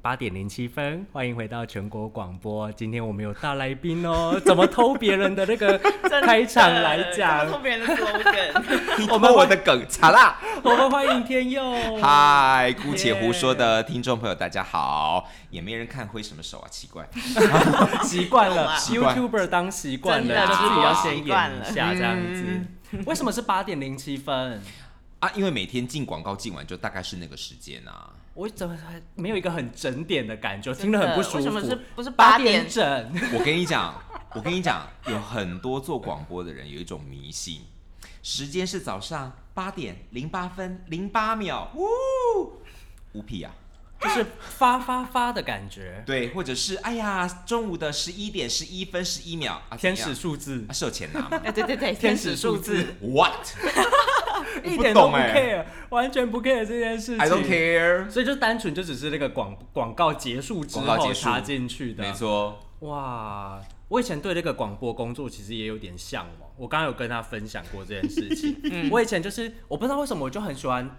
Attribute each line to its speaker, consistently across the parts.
Speaker 1: 八点零七分，欢迎回到全国广播。今天我们有大来宾哦， 怎么偷别人的那个开场来讲？
Speaker 2: 偷别人的 slogan，
Speaker 1: 你
Speaker 3: 我们我的梗，查啦！
Speaker 1: 我们欢迎天佑。
Speaker 3: 嗨，姑且胡说的听众朋友，大家好，也没人看挥什么手啊，奇怪。
Speaker 1: 习惯
Speaker 2: 懂
Speaker 1: 了
Speaker 2: 啊
Speaker 1: ，YouTuber 当习惯
Speaker 2: 真
Speaker 1: 了，
Speaker 2: 的
Speaker 1: 就自己要
Speaker 2: 习
Speaker 1: 先演
Speaker 2: 惯了嗯
Speaker 1: 一下这样子。为什么是八点零七分？
Speaker 3: 啊，因为每天进广告进完就大概是那个时间啊。
Speaker 1: 我怎么还没有一个很整点的感觉，
Speaker 2: 的
Speaker 1: 听得很不舒服。
Speaker 2: 为什么是不是
Speaker 1: 八
Speaker 2: 八
Speaker 1: 点
Speaker 2: 点
Speaker 1: 整？
Speaker 3: 我跟你讲， 我跟你讲，有很多做广播的人有一种迷信，时间是早上八点零八分零八秒，呜，无屁啊。
Speaker 1: 就是发发发的感觉，
Speaker 3: 对，或者是哎呀，中午的十一点十一分十一秒啊，
Speaker 1: 天
Speaker 3: 怎
Speaker 1: 使
Speaker 3: 样
Speaker 1: 数字
Speaker 3: 啊，，是有钱拿 吗
Speaker 2: 哎对对对，
Speaker 1: 天使数字，
Speaker 3: ？What？
Speaker 1: 一
Speaker 3: 不
Speaker 1: 点都
Speaker 3: 懂
Speaker 1: 不
Speaker 2: 欸
Speaker 3: 哎
Speaker 1: care，完全不 care 这件事情。
Speaker 3: ，I don't care。
Speaker 1: 所以就单纯就只是那个广广告结束之
Speaker 3: 广告
Speaker 1: 后
Speaker 3: 结束
Speaker 1: 插进去的。
Speaker 3: 没。错，
Speaker 1: 哇，我以前对那个广播工作其实也有点向往。我刚刚有跟他分享过这件事 情。
Speaker 3: 嗯
Speaker 1: 我以前就是我不知道为什么我就很喜欢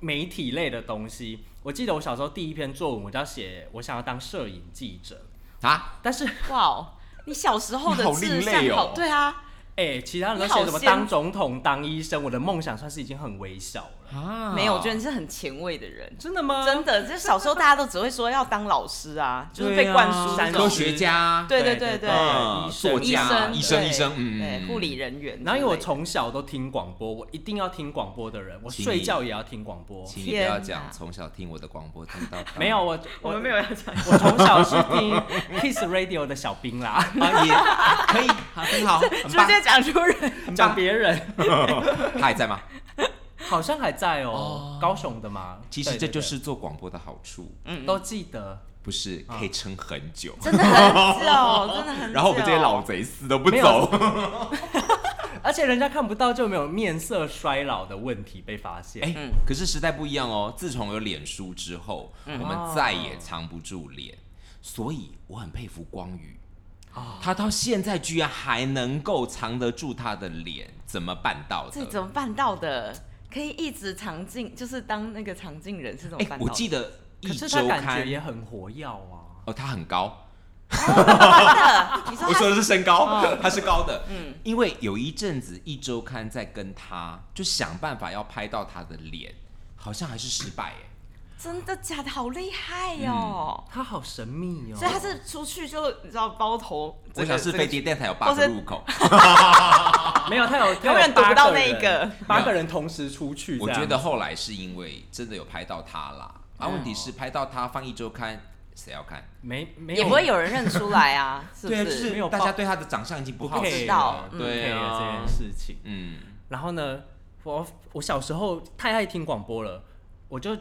Speaker 1: 媒体类的东西。我记得我小时候第一篇作文，我就要写我想要当摄影记者，
Speaker 3: 啊，
Speaker 1: 但是
Speaker 2: 哇哦，你小时候的
Speaker 3: 你好
Speaker 2: 志
Speaker 3: 另
Speaker 2: 向
Speaker 3: 类哦
Speaker 2: 好，对啊，
Speaker 1: 哎、其他人都
Speaker 2: 你好
Speaker 1: 写什么
Speaker 2: 先
Speaker 1: 当总统、当医生，我的梦想算是已经很微小了。
Speaker 3: 啊
Speaker 2: 没有，我觉得你是很前卫的人。
Speaker 1: 真的
Speaker 3: 嗯
Speaker 1: 吗？
Speaker 2: 真的，就是小时候大家都只会说要当老师啊，就是
Speaker 1: 对
Speaker 2: 被
Speaker 1: 啊
Speaker 2: 灌输这
Speaker 3: 科
Speaker 2: 种
Speaker 3: 学家，
Speaker 2: 对对对对
Speaker 3: 嗯
Speaker 1: 医生
Speaker 3: 作
Speaker 2: 医
Speaker 3: 家
Speaker 2: 生、
Speaker 3: 医生
Speaker 2: 对
Speaker 3: 医生嗯
Speaker 2: 对
Speaker 3: 嗯
Speaker 2: 护理人员之类的。
Speaker 1: 然后因为我从小都听广播，我一定要听广播的人，我
Speaker 3: 请
Speaker 1: 睡
Speaker 3: 你
Speaker 1: 觉也要听广播。
Speaker 3: 请你不要
Speaker 2: 天哪
Speaker 3: 讲从小听我的广播听到
Speaker 1: 没有我，
Speaker 2: 我 们没有要讲，
Speaker 1: 我从小是听 Kiss Radio 的小兵啦，
Speaker 3: 啊，也可以，好，很 好，很
Speaker 2: 直
Speaker 3: 棒。
Speaker 2: 接讲出 人。
Speaker 3: 很棒
Speaker 1: 讲别人
Speaker 3: 他还在吗？
Speaker 1: 好像还在哦，高雄的嘛。
Speaker 3: 其
Speaker 1: 对
Speaker 3: 实
Speaker 1: 对
Speaker 3: 这就是嗯做广播的好处，
Speaker 1: 对都记得，
Speaker 3: 不是可以撑很久。
Speaker 2: 嗯真的哦很久，真的很久。
Speaker 3: 然后我们这些老贼死都不
Speaker 1: 没
Speaker 3: 走，
Speaker 1: 而且人家看不到就没有面色衰老的问题被发现。
Speaker 3: 哎，
Speaker 2: 嗯
Speaker 3: 可是时代不一样哦。自从有脸书之后，
Speaker 2: 嗯
Speaker 3: 我们再也藏不住脸，所以我很佩服光宇，
Speaker 2: 哦
Speaker 3: 他到现在居然还能够藏得住他的脸，怎么办到
Speaker 2: 这
Speaker 3: 的？
Speaker 2: 怎么办到的？可以一直长进，就是当那个长进人是怎么
Speaker 3: 哎、
Speaker 2: 办到的？
Speaker 3: 我记得一
Speaker 1: 可是他
Speaker 3: 周
Speaker 1: 感觉
Speaker 3: 刊
Speaker 1: 也很活跃啊。
Speaker 3: 哦，他很高，
Speaker 2: 真哦的，你说
Speaker 3: 我
Speaker 2: 他哦
Speaker 3: 说的是身高，他是高的。嗯，因为有一阵子一周刊在跟他，就想办法要拍到他的脸，好像还是失败哎。
Speaker 2: 真的假的？好厉害哦！
Speaker 1: 他好神秘哦，
Speaker 2: 所以他是出去就你知道包头，
Speaker 3: 我想
Speaker 2: 这
Speaker 3: 是
Speaker 2: 个
Speaker 3: 飞碟电台有八个入口，
Speaker 1: 没有他有他有
Speaker 2: 永远读不
Speaker 1: 八
Speaker 2: 到
Speaker 1: 个
Speaker 2: 那一
Speaker 1: 人
Speaker 2: 个
Speaker 1: 八个人同时出去这
Speaker 3: 我
Speaker 1: 样，
Speaker 3: 觉得后来是因为真的有拍到他啦。啊，问题是拍到他放一周刊，谁要看？
Speaker 1: 没没
Speaker 2: 也不会有人认出来 啊，是不？
Speaker 3: 对啊，就是
Speaker 1: 没有
Speaker 3: 是大
Speaker 1: 报
Speaker 3: 家对他的长相已经不好
Speaker 1: 不 care
Speaker 3: 奇了
Speaker 2: 了。
Speaker 3: 对
Speaker 1: 这
Speaker 3: 啊
Speaker 1: 件，事情。
Speaker 3: 嗯，
Speaker 1: 然后呢，我我小时候太爱听广播了，我就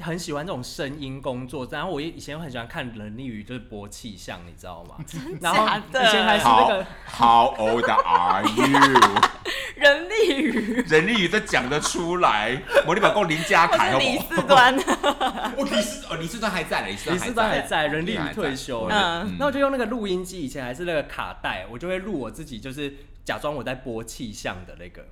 Speaker 1: 很喜欢这种声音工作。然后我也以前很喜欢看《人力鱼》，就是播气象，你知道 吗？然后
Speaker 2: 假的
Speaker 1: 以前还是那个，
Speaker 3: ，How old are you？
Speaker 2: 人力鱼，
Speaker 3: 人力语都讲得出来，我你把共林家
Speaker 2: 或
Speaker 3: 凯
Speaker 2: 是
Speaker 3: 好
Speaker 2: 李
Speaker 3: 不
Speaker 2: 四端，
Speaker 3: 好？我李世哦，李世端还在了，李世
Speaker 1: 李
Speaker 3: 端
Speaker 1: 四
Speaker 3: 还
Speaker 1: 端还
Speaker 3: 在。
Speaker 1: 在，人力鱼退
Speaker 3: 哦
Speaker 1: 休了。
Speaker 2: 嗯
Speaker 1: 那我就用那个录音机，以前还是那个卡带，我就会录我自己，就是假装我在播气象的那个。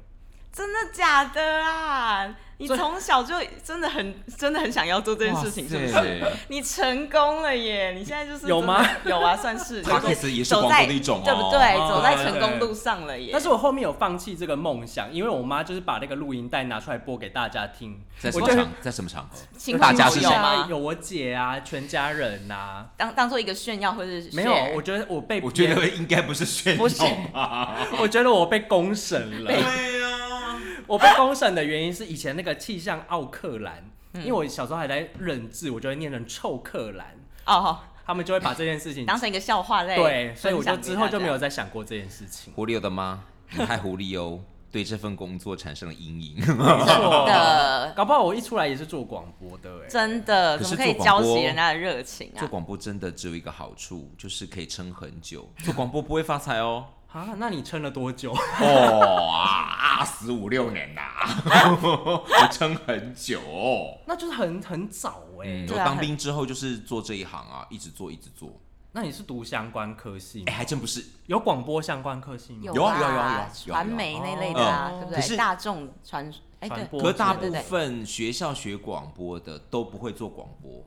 Speaker 2: 真的假的啊？你
Speaker 1: 所以
Speaker 2: 从小就真的很真的很想要做这件事情，是不是？
Speaker 3: 是？
Speaker 2: 你成功了耶！你现在就是
Speaker 1: 有吗
Speaker 2: 真的？有啊，算 是。
Speaker 3: 它
Speaker 2: 就是
Speaker 3: 其实也是
Speaker 2: 走
Speaker 3: 广
Speaker 2: 在
Speaker 3: 播的一种哦
Speaker 2: 对不对？
Speaker 1: 哦
Speaker 2: 走在
Speaker 1: 对
Speaker 2: 成
Speaker 1: 对
Speaker 2: 功路上了耶。
Speaker 1: 但是我后面有放弃这个梦想，因为我妈就是把那个录音带拿出来播给大家听，
Speaker 3: 在什
Speaker 1: 我
Speaker 3: 么
Speaker 1: 就
Speaker 3: 场？在什么场 合？
Speaker 2: 情
Speaker 3: 大
Speaker 2: 况
Speaker 3: 家
Speaker 2: 不啊
Speaker 3: 是
Speaker 2: 有
Speaker 3: 谁
Speaker 2: 吗？
Speaker 1: 有我姐啊，全家人呐、啊。
Speaker 2: 当当做一个炫耀或者是
Speaker 1: 没有，
Speaker 2: share
Speaker 1: 我觉得我被
Speaker 3: 我
Speaker 1: 别
Speaker 3: 觉
Speaker 1: 人
Speaker 3: 得应该不是炫
Speaker 2: 不是
Speaker 3: 耀
Speaker 1: 哎
Speaker 3: 吧？
Speaker 1: 我觉得我被公审了。
Speaker 3: 对呀，
Speaker 1: 我被公审的原因是以前那个气象奥克兰，
Speaker 2: 嗯
Speaker 1: 因为我小时候还在认字，我就会念成臭克兰，
Speaker 2: 哦，
Speaker 1: 他们就会把这件事情
Speaker 2: 当成一个笑话在
Speaker 1: 对，
Speaker 2: 分
Speaker 1: 所以我就
Speaker 2: 享给
Speaker 1: 之后
Speaker 2: 大
Speaker 1: 就没有
Speaker 2: 家
Speaker 1: 再想过这件事情。
Speaker 3: 狐狸有的吗？你太狐狸 哦，对这份工作产生了阴影。
Speaker 1: 真
Speaker 2: 的
Speaker 1: 搞不好我一出来也是做广播的哎、
Speaker 2: 真的
Speaker 3: 哦可
Speaker 2: 怎
Speaker 3: 是
Speaker 2: 么可以
Speaker 3: 做广
Speaker 2: 浇
Speaker 3: 播
Speaker 2: 熄人家的热情
Speaker 3: 做
Speaker 2: 啊？
Speaker 3: 广播真的只有一个好处，就是可以撑很久。 做广播不会发财哦。
Speaker 1: 啊，那你撑了多久？
Speaker 3: 哦啊，十五六年呐， 我撑很久哦。
Speaker 1: 那就是很很早哎、
Speaker 3: 嗯，我
Speaker 2: 对啊
Speaker 3: 当兵之后就是做这一行啊，一直做一直做。
Speaker 1: 那你是读相关科系
Speaker 3: 哎，
Speaker 1: 吗？
Speaker 3: 还真不是，
Speaker 1: 有广播相关科系吗？
Speaker 3: 有啊有啊有啊有啊有
Speaker 2: 啊
Speaker 3: 啊，
Speaker 2: 传媒那类的啊，
Speaker 1: 嗯
Speaker 2: 对不
Speaker 3: 可是
Speaker 2: 对？大众传哎
Speaker 1: 传
Speaker 2: 对
Speaker 1: 播
Speaker 3: 可是大
Speaker 2: 对
Speaker 3: 部
Speaker 2: 对对
Speaker 3: 分学校学广播的都不会做广播，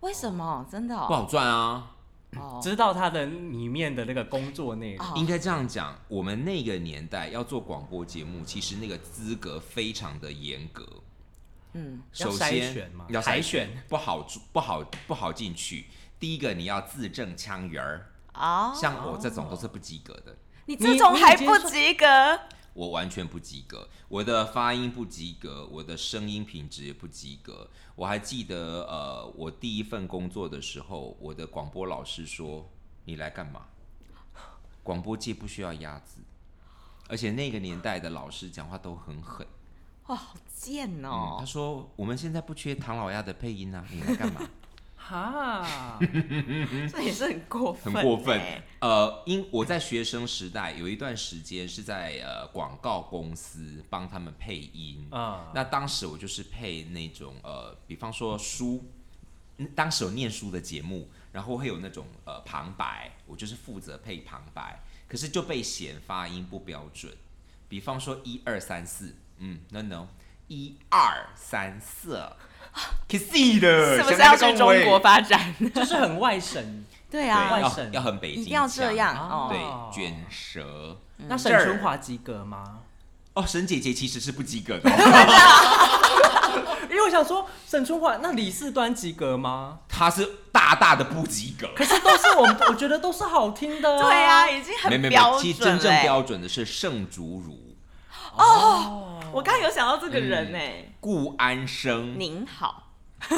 Speaker 2: 为什么？真的
Speaker 3: 不
Speaker 2: 哦，
Speaker 3: 好赚啊。
Speaker 2: 哦
Speaker 1: 知道他的里面的那个工作内容。
Speaker 2: 哦
Speaker 3: 应该这样讲，我们那个年代要做广播节目，其实那个资格非常的严格。
Speaker 2: 嗯，
Speaker 3: 首
Speaker 1: 要
Speaker 3: 先
Speaker 1: 筛选吗
Speaker 3: 要筛
Speaker 1: 海选
Speaker 3: 不好住不好不好进去。第一个你要字正腔圆儿，
Speaker 2: 哦，
Speaker 3: 像我这种都是不及格的，
Speaker 2: 你
Speaker 1: 你
Speaker 2: 这种
Speaker 1: 你
Speaker 2: 还
Speaker 1: 接
Speaker 2: 不
Speaker 1: 受
Speaker 2: 及格，
Speaker 3: 我完全不及格，我的发音不及格，我的声音品质也不及格。我还记得，呃，我第一份工作的时候，我的广播老师说：“你来干嘛？广播界不需要鸭子。”而且那个年代的老师讲话都很狠，
Speaker 2: 哇，好贱
Speaker 3: 嗯，
Speaker 2: 哦
Speaker 3: 他！说我们现在不缺唐老鸭的配音啊，你来干嘛？
Speaker 1: 哈，
Speaker 2: 这也是很过分
Speaker 3: 嗯很
Speaker 2: 欸，
Speaker 3: 过分。呃，因我在学生时代有一段时间是在呃广告公司帮他们配音，
Speaker 1: 啊，
Speaker 3: 那当时我就是配那种呃，比方说书，嗯当时有念书的节目，然后会有那种呃旁白，我就是负责配旁白，可是就被嫌发音不标准。比方说一二三四，嗯，no no，一二三四，可以的，
Speaker 2: 是不
Speaker 3: 想
Speaker 2: 是要去
Speaker 3: 呃跟他
Speaker 2: 中
Speaker 3: 恭维
Speaker 2: 国？发展？
Speaker 1: 就是很外省。
Speaker 2: 对
Speaker 3: 对，
Speaker 2: 啊，
Speaker 1: 外
Speaker 3: 要
Speaker 1: 省
Speaker 3: 要很北京
Speaker 2: 一定要这
Speaker 3: 腔
Speaker 2: 样
Speaker 1: 哦
Speaker 2: 哦。
Speaker 3: 对，卷舌。
Speaker 1: 那沈春华及格吗？
Speaker 3: 哦，沈姐姐其实是不及格的哦、
Speaker 1: 因为我想说，沈春华那李四端及格吗？
Speaker 3: 她是大大的不及格。
Speaker 1: 可是都是我们， 我觉得都是好听的、
Speaker 2: 对啊，，已经
Speaker 3: 没
Speaker 2: 很
Speaker 3: 没没
Speaker 2: 标，准欸
Speaker 3: 其实真正
Speaker 2: 嘞
Speaker 3: 标准的是盛竹如、
Speaker 2: 我刚刚有想到这个
Speaker 3: 嗯
Speaker 2: 人哎，
Speaker 3: 顾安生、
Speaker 2: 您好，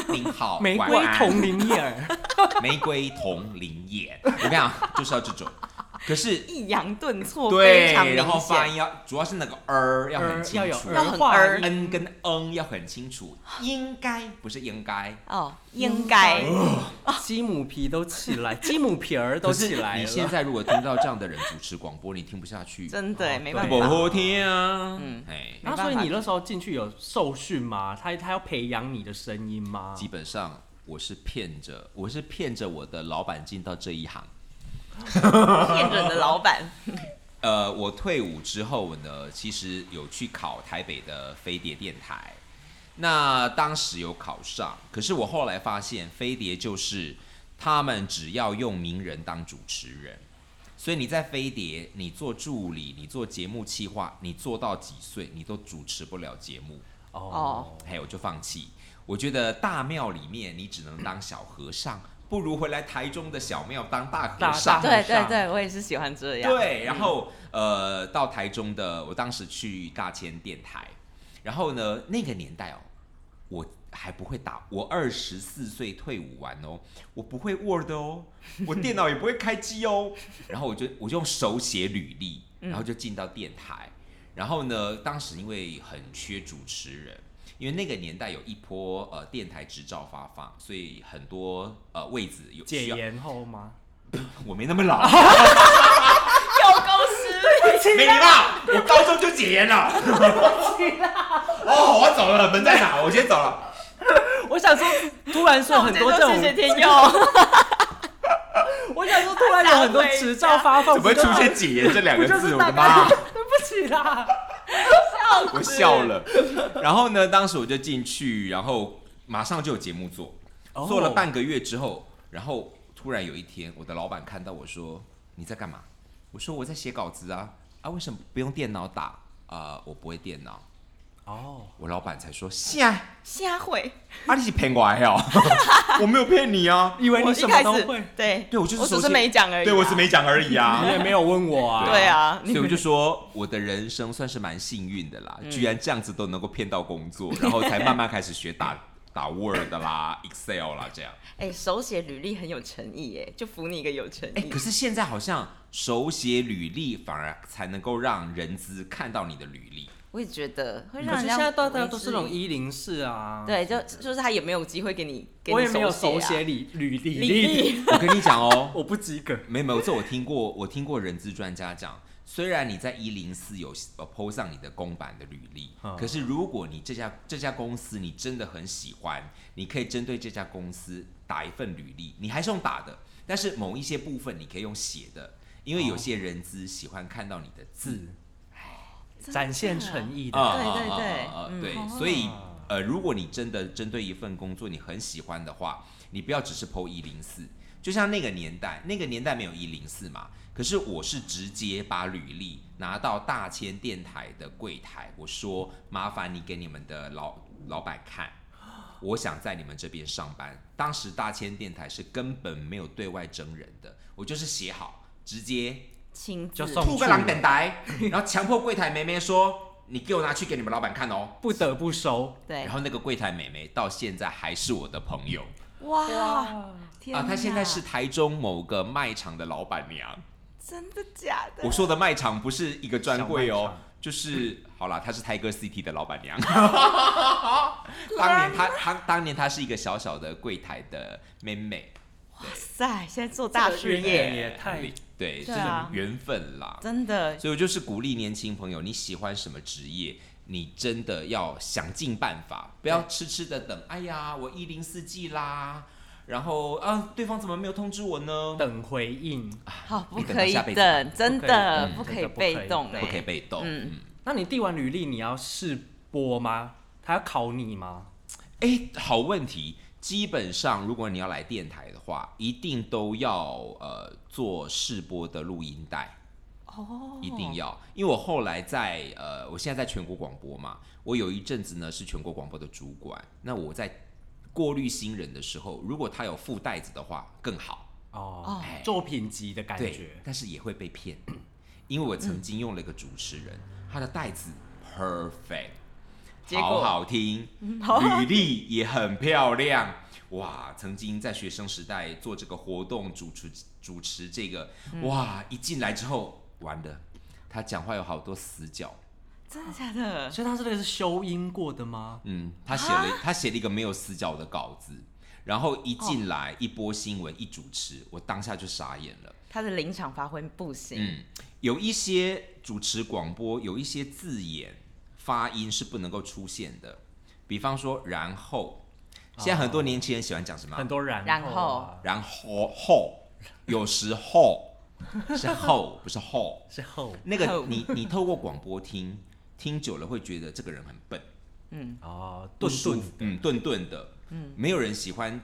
Speaker 3: 您好，
Speaker 1: 玫瑰
Speaker 3: 晚安
Speaker 1: 同林眼儿，
Speaker 3: 玫瑰同林眼。我跟你讲，就是要这种。可是
Speaker 2: 抑扬顿挫非
Speaker 3: 对
Speaker 2: 常，明
Speaker 3: 然后发
Speaker 2: 显，
Speaker 3: 音要，主要是那个儿 要很
Speaker 1: 儿
Speaker 3: 清
Speaker 1: 呃要有
Speaker 3: 楚，
Speaker 2: 要很
Speaker 1: 化
Speaker 2: 儿
Speaker 1: 音
Speaker 3: 嗯跟嗯要很清楚，应该不是应该。
Speaker 2: 哦，应该
Speaker 1: 嗯鸡母皮都起 来，鸡母皮儿都
Speaker 3: 可是
Speaker 1: 起来了。
Speaker 3: 你现在如果听到这样的人主持广播，你听不下去，
Speaker 2: 真的欸
Speaker 1: 哦
Speaker 2: 没
Speaker 1: 对
Speaker 2: 办
Speaker 3: 不
Speaker 2: 法，
Speaker 3: 好听啊。
Speaker 2: 嗯
Speaker 3: 嗯，哎，
Speaker 1: 然后，所以你那时候进去有受训吗？他他要培养你的声音吗？
Speaker 3: 基本上我是骗着，我是骗着我的老板进到这一行。
Speaker 2: 骗人的老板，
Speaker 3: 呃，我退伍之后呢，其实有去考台北的飞碟电台，那当时有考上，可是我后来发现飞碟就是他们只要用名人当主持人，所以你在飞碟，你做助理，你做节目企划，你做到几岁，你都主持不了节目。
Speaker 1: 哦，
Speaker 3: 还有就放弃。我觉得大庙里面你只能当小和尚，不如回来台中的小庙当大和
Speaker 1: 大
Speaker 3: 尚。
Speaker 2: 对对
Speaker 1: 上
Speaker 2: 对，我也是喜欢这样，
Speaker 3: 对，然后呃，到台中的，我当时去大千电台，然后呢，那个年代哦，我还不会打，我二十四岁退伍完哦，我不会 Word 哦，我电脑也不会开机哦，然后我就我就用手写履历，然后就进到电台，然后呢，当时因为很缺主持人。因为那个年代有一波呃电台执照发放，所以很多呃位子有
Speaker 1: 解
Speaker 3: 需要。
Speaker 1: 严后吗？
Speaker 3: 我没那么老，
Speaker 2: 有公司，
Speaker 3: 没啦，我高中就解严了。哦，我走了，门在哪？我先走了。
Speaker 1: 我想说，突然说
Speaker 2: 那我
Speaker 1: 很
Speaker 2: 们
Speaker 1: 多
Speaker 2: 今
Speaker 1: 这
Speaker 2: 天就谢谢
Speaker 1: 种，
Speaker 2: 天佑，
Speaker 1: 我想说突然有很 多执照发放，
Speaker 3: 怎么会
Speaker 1: 不就啊
Speaker 3: 出现“解严”这两
Speaker 1: 不
Speaker 3: 个
Speaker 1: 就是
Speaker 3: 字？我
Speaker 1: 大
Speaker 3: 的
Speaker 1: 家
Speaker 3: 妈！
Speaker 1: 对不起啦，
Speaker 3: 我笑了。然后呢，当时我就进去，然后马上就有节目做，
Speaker 1: 哦
Speaker 3: 做了半个月之后，然后突然有一天，我的老板看到我说：“你在干嘛？”我说：“我在写稿子啊。”啊，为什么不用电脑打？啊、我不会电脑。
Speaker 1: 哦，
Speaker 3: 我老板才说：“是啊，
Speaker 2: 瞎会，
Speaker 3: 啊，你是骗我的哦， 我没有骗你啊。”
Speaker 1: 以为你
Speaker 2: 我一
Speaker 1: 什么
Speaker 2: 开
Speaker 1: 都
Speaker 2: 始
Speaker 1: 会，
Speaker 2: 对，
Speaker 3: 对我就是
Speaker 2: 我只
Speaker 3: 手
Speaker 2: 是
Speaker 3: 写
Speaker 2: 没讲而已啊，
Speaker 3: 对我是没讲而已啊
Speaker 1: 你。也没有问我啊，
Speaker 2: 对啊
Speaker 3: 所以我就说我的人生算是蛮幸运的啦，居然这样子都能够骗到工作，然后才慢慢开始学打打 Word 啦、Excel 啦这样。
Speaker 2: 哎，手写履历很有诚意哎，就服你一个有诚
Speaker 3: 哎、
Speaker 2: 意
Speaker 3: 可。是现在好像手写履历反而才能够让人资看到你的履历。
Speaker 2: 我也觉得会
Speaker 1: 可
Speaker 2: 让
Speaker 1: 是
Speaker 2: 人
Speaker 1: 现
Speaker 2: 家
Speaker 1: 在大家都是那
Speaker 2: 为之
Speaker 1: 种
Speaker 2: 一，
Speaker 1: 一零四啊，
Speaker 2: 对，就就是他也没有机会给你，给
Speaker 1: 我
Speaker 2: 你
Speaker 1: 也没有手
Speaker 2: 写
Speaker 1: 写
Speaker 2: 啊
Speaker 1: 履履
Speaker 2: 履
Speaker 1: 历，
Speaker 2: 历，
Speaker 3: 我跟你讲哦，
Speaker 1: 我不及格。
Speaker 3: 没有没有，这我听过，我听过人资专家讲，虽然你在一零四有呃 PO 上你的公版的履历，
Speaker 1: 嗯
Speaker 3: 可是如果你这家这家公司你真的很喜欢，你可以针对这家公司打一份履历，你还是用打的，但是某一些部分你可以用写的，因为有些人资喜欢看到你的字。
Speaker 1: 字展现诚意的
Speaker 3: 啊，
Speaker 2: 对对
Speaker 3: 啊
Speaker 2: 对
Speaker 3: 啊啊啊
Speaker 2: 嗯
Speaker 3: 对，
Speaker 2: 哦
Speaker 3: 所以呃，如果你真的针对一份工作你很喜欢的话，你不要只是 PO 一零四。就像那个年代，那个年代没有一零四嘛，可是我是直接把履历拿到大千电台的柜台，我说麻烦你给你们的老老板看，我想在你们这边上班。当时大千电台是根本没有对外征人的，我就是写好直接
Speaker 2: 亲自
Speaker 1: 就送
Speaker 3: 吐个狼等 待，然后强迫柜台妹妹说你给我拿去给你们老板看哦。
Speaker 1: 不得不收。
Speaker 2: 对
Speaker 3: 然，后那个柜台妹妹到现在还是我的朋友。
Speaker 2: 哇，天
Speaker 3: 啊，她现在
Speaker 2: 哪
Speaker 3: 是台中某个卖场的老板娘。
Speaker 2: 真的假的？
Speaker 3: 我说的卖场不是一个专柜
Speaker 1: 小卖
Speaker 3: 哦
Speaker 1: 场，
Speaker 3: 就是好啦，她是 Tiger City 的老板 娘。当年她她当年她是一个小小的柜台的妹妹，
Speaker 2: 哇塞，现在做大事业，
Speaker 1: 也太
Speaker 3: 对，这
Speaker 2: 对啊
Speaker 3: 种缘分啦。
Speaker 2: 真的
Speaker 3: 所以我就是鼓励年轻朋友，你喜欢什么职业，你真的要想尽办法，不要痴痴的等。哎呀，我一零四 G 啦，然后啊，对方怎么没有通知我呢？
Speaker 1: 等回应。
Speaker 2: 好，不
Speaker 3: 你等
Speaker 2: 可
Speaker 3: 到
Speaker 2: 以
Speaker 3: 下辈子
Speaker 2: 等，真的
Speaker 1: 嗯
Speaker 2: 不可
Speaker 1: 真
Speaker 2: 以
Speaker 1: 的不可以
Speaker 2: 被动
Speaker 1: 等
Speaker 2: 哎
Speaker 3: 不，可以被动。
Speaker 2: 嗯
Speaker 3: 嗯，
Speaker 1: 那你递完履历，你要试播吗？他要考你吗？
Speaker 3: 哎、好问题。基本上，如果你要来电台的话，一定都要呃做试播的录音带。
Speaker 2: 哦，
Speaker 3: 一定要，因为我后来在呃，我现在在全国广播嘛，我有一阵子呢是全国广播的主管，那我在过滤新人的时候，如果他有附带子的话更好，
Speaker 1: 哦
Speaker 3: 哎，
Speaker 1: 作品集的感
Speaker 3: 对
Speaker 1: 觉，，
Speaker 3: 但是也会被骗， 因为我曾经用了一个主持人，他的带子 perfect，
Speaker 2: 嗯结
Speaker 3: 好
Speaker 2: 果嗯
Speaker 3: 好听，
Speaker 2: 好好
Speaker 3: 履历也很漂亮。哇，曾经在学生时代做这个活动，主持主持这个，
Speaker 2: 嗯
Speaker 3: 哇，一进来之后，完了，他讲话有好多死角，
Speaker 2: 真的假的？
Speaker 1: 所以他这个是修音过的吗？
Speaker 3: 嗯，他写
Speaker 2: 啊
Speaker 3: 了他写了一个没有死角的稿子，然后一进来、
Speaker 2: 哦
Speaker 3: 一播新闻一主持，我当下就傻眼了。
Speaker 2: 他的临场发挥不行，
Speaker 3: 嗯，有一些主持广播有一些字眼发音是不能够出现的，比方说然后，现在很多年轻人喜欢讲什么？
Speaker 1: 很多然
Speaker 2: 然
Speaker 1: 后
Speaker 2: 后
Speaker 1: 啊
Speaker 3: 然后后，有时候是后不是后，
Speaker 1: 是后
Speaker 3: 那个
Speaker 2: 后
Speaker 3: 你你透过广播听听久了会觉得这个人很笨。
Speaker 2: 嗯
Speaker 1: 哦，
Speaker 3: 顿
Speaker 1: 顿
Speaker 3: 顿
Speaker 1: 顿
Speaker 3: 的，嗯，顿顿的，嗯，没有人喜欢，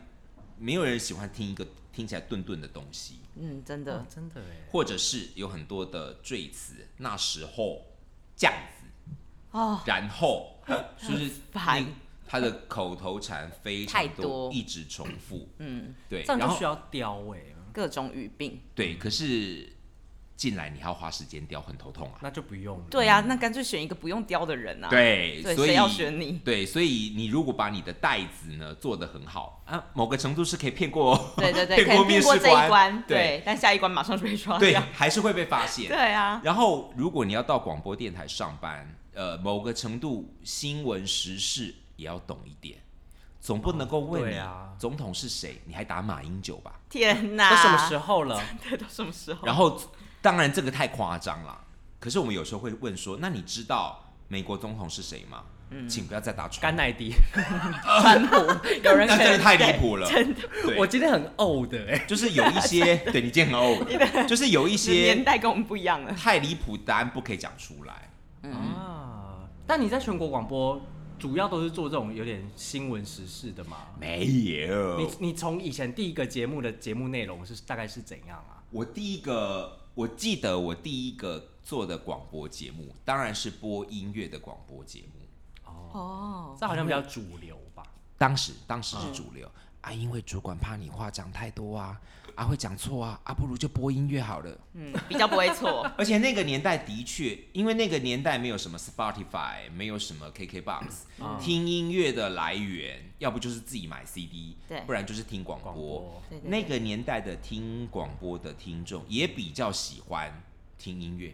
Speaker 3: 没有人喜欢听一个听起来顿顿的东西，
Speaker 2: 嗯，真的
Speaker 1: 哦，真的哎，
Speaker 3: 或者是有很多的赘词，那时候这样子，
Speaker 2: 哦，
Speaker 3: 然后 就是
Speaker 2: 烦
Speaker 3: 那他的口头禅非常
Speaker 2: 太多
Speaker 3: 一直重复，
Speaker 2: 嗯，
Speaker 3: 对，
Speaker 1: 这样
Speaker 3: 然
Speaker 1: 就
Speaker 3: 后
Speaker 1: 需要雕哎，
Speaker 2: 各种语病。
Speaker 3: 对，可是进来你还要花时间雕，很头痛啊。
Speaker 1: 那就不用了。
Speaker 2: 对呀、啊，那干脆选一个不用雕的人啊。，
Speaker 3: 对，
Speaker 2: 对
Speaker 3: 所以
Speaker 2: 谁要选你
Speaker 3: 对，所以你如果把你的袋子呢做得很好啊，某个程度是可以骗过哦
Speaker 2: 对对 对，
Speaker 3: 骗
Speaker 2: 可能
Speaker 3: 过面
Speaker 2: 过
Speaker 3: 试
Speaker 2: 这一
Speaker 3: 官
Speaker 2: 关，，对，但下一关马上就被刷
Speaker 3: 对，
Speaker 2: 掉。
Speaker 3: 还是会被发现。
Speaker 2: 哦对啊，
Speaker 3: 然后，如果你要到广播电台上班，呃，某个程度新闻时事也要懂一点，总不能够
Speaker 1: 哦
Speaker 3: 问
Speaker 1: 对
Speaker 3: 你、
Speaker 1: 啊
Speaker 3: 总统是谁，你还打马英九吧？
Speaker 2: 天哪！
Speaker 1: 都什么时候 了？
Speaker 2: 对，到什么时候？
Speaker 3: 然后，当然这个太夸张了。可是我们有时候会问说，那你知道美国总统是谁吗？请不要再打
Speaker 1: 甘
Speaker 3: 川普，
Speaker 1: 乃迪，
Speaker 2: 川普，有人 可
Speaker 3: 那真的
Speaker 2: 能
Speaker 3: 太离谱了。对，
Speaker 1: 我今天很呕的哎，
Speaker 3: 就是有一些，对你今天很欧，就是有一
Speaker 2: 年
Speaker 3: 些
Speaker 2: 代跟我们不一样了。
Speaker 3: 太离谱的答案不可以讲出来。
Speaker 1: 啊，但你在全国广播主要都是做这种有点新闻时事的嘛？
Speaker 3: 没有，
Speaker 1: 你你从以前第一个节目的节目内容是大概是怎样啊？
Speaker 3: 我第一个，我记得我第一个做的广播节目，当然是播音乐的广播节目。
Speaker 1: 哦，
Speaker 2: 哦，
Speaker 1: 这好像比较主流吧？
Speaker 3: 当时，当时是主流、啊，因为主管怕你话讲太多啊，啊会讲错啊，啊不如就播音乐好了。
Speaker 2: 嗯，比较不会错。
Speaker 3: 而且那个年代的确，因为那个年代没有什么 Spotify，没有什么 KKBox，、
Speaker 1: 嗯
Speaker 3: 听音乐的来源，要不就是自己买 CD，
Speaker 2: 对
Speaker 3: 不然就是听广播。
Speaker 1: 广播
Speaker 2: 对对
Speaker 3: 那
Speaker 2: 对
Speaker 3: 个年代的听广播的听众也比较喜欢听音乐。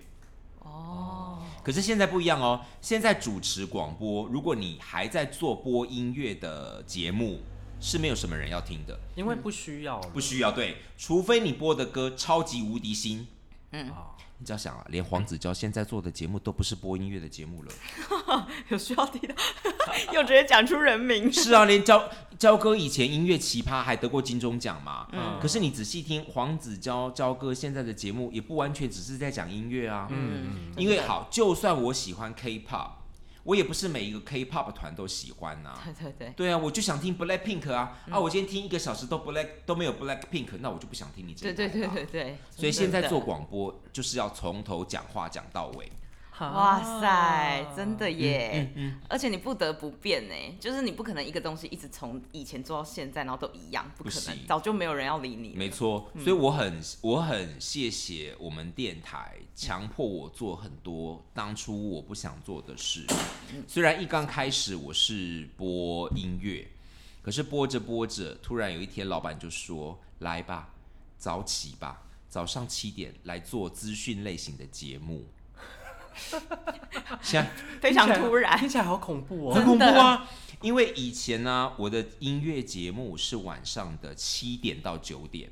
Speaker 2: 哦，
Speaker 3: 可是现在不一样哦，现在主持广播，如果你还在做播音乐的节目，是没有什么人要听的，
Speaker 1: 因为不需要了，
Speaker 3: 不需要对，除非你播的歌超级无敌新。
Speaker 1: 啊，
Speaker 3: 你只要想啊，连黄子佼现在做的节目都不是播音乐的 节目了。
Speaker 2: 有需要提到， 又直接讲出人名。
Speaker 3: 是啊，连焦焦哥以前音乐奇葩还得过金钟奖嘛。
Speaker 1: 嗯
Speaker 3: 可是你仔细听黄子佼焦哥现在的节目，也不完全只是在讲音乐啊。
Speaker 1: 嗯，
Speaker 3: 因为好，就算我喜欢 K-pop，我也不是每一个 K-pop 团都喜欢呐、
Speaker 2: 对对对，
Speaker 3: 对啊，我就想听 Black Pink 啊、
Speaker 2: 嗯
Speaker 3: 啊！我今天听一个小时都 Black 都没有 Black Pink，那我就不想听你这
Speaker 2: 对对
Speaker 3: 一台
Speaker 2: 对
Speaker 3: 嘛
Speaker 2: 对对。
Speaker 3: 所以现在
Speaker 2: 真的
Speaker 3: 做广播就是要从头讲话讲到尾。
Speaker 2: 哇塞，真的耶！
Speaker 3: 嗯嗯
Speaker 2: 而且你不得不变呢，就是你不可能一个东西一直从以前做到现在，然后都一样，不可
Speaker 3: 不
Speaker 2: 能，
Speaker 3: 行
Speaker 2: 早就没有人要理你了。嗯
Speaker 3: 没错，所以我很我很谢谢我们电台强迫我做很多当初我不想做的事。
Speaker 2: 嗯
Speaker 3: 虽然一刚开始我是播音乐，可是播着播着，突然有一天老板就说：“来吧，早起吧，早上七点来做资讯类型的 节目。”现在
Speaker 2: 非常突然
Speaker 1: 听，起来好恐怖
Speaker 3: 很
Speaker 1: 哦。
Speaker 3: 恐怖啊！因为以前呢、我的音乐节目是晚上的七点到九点，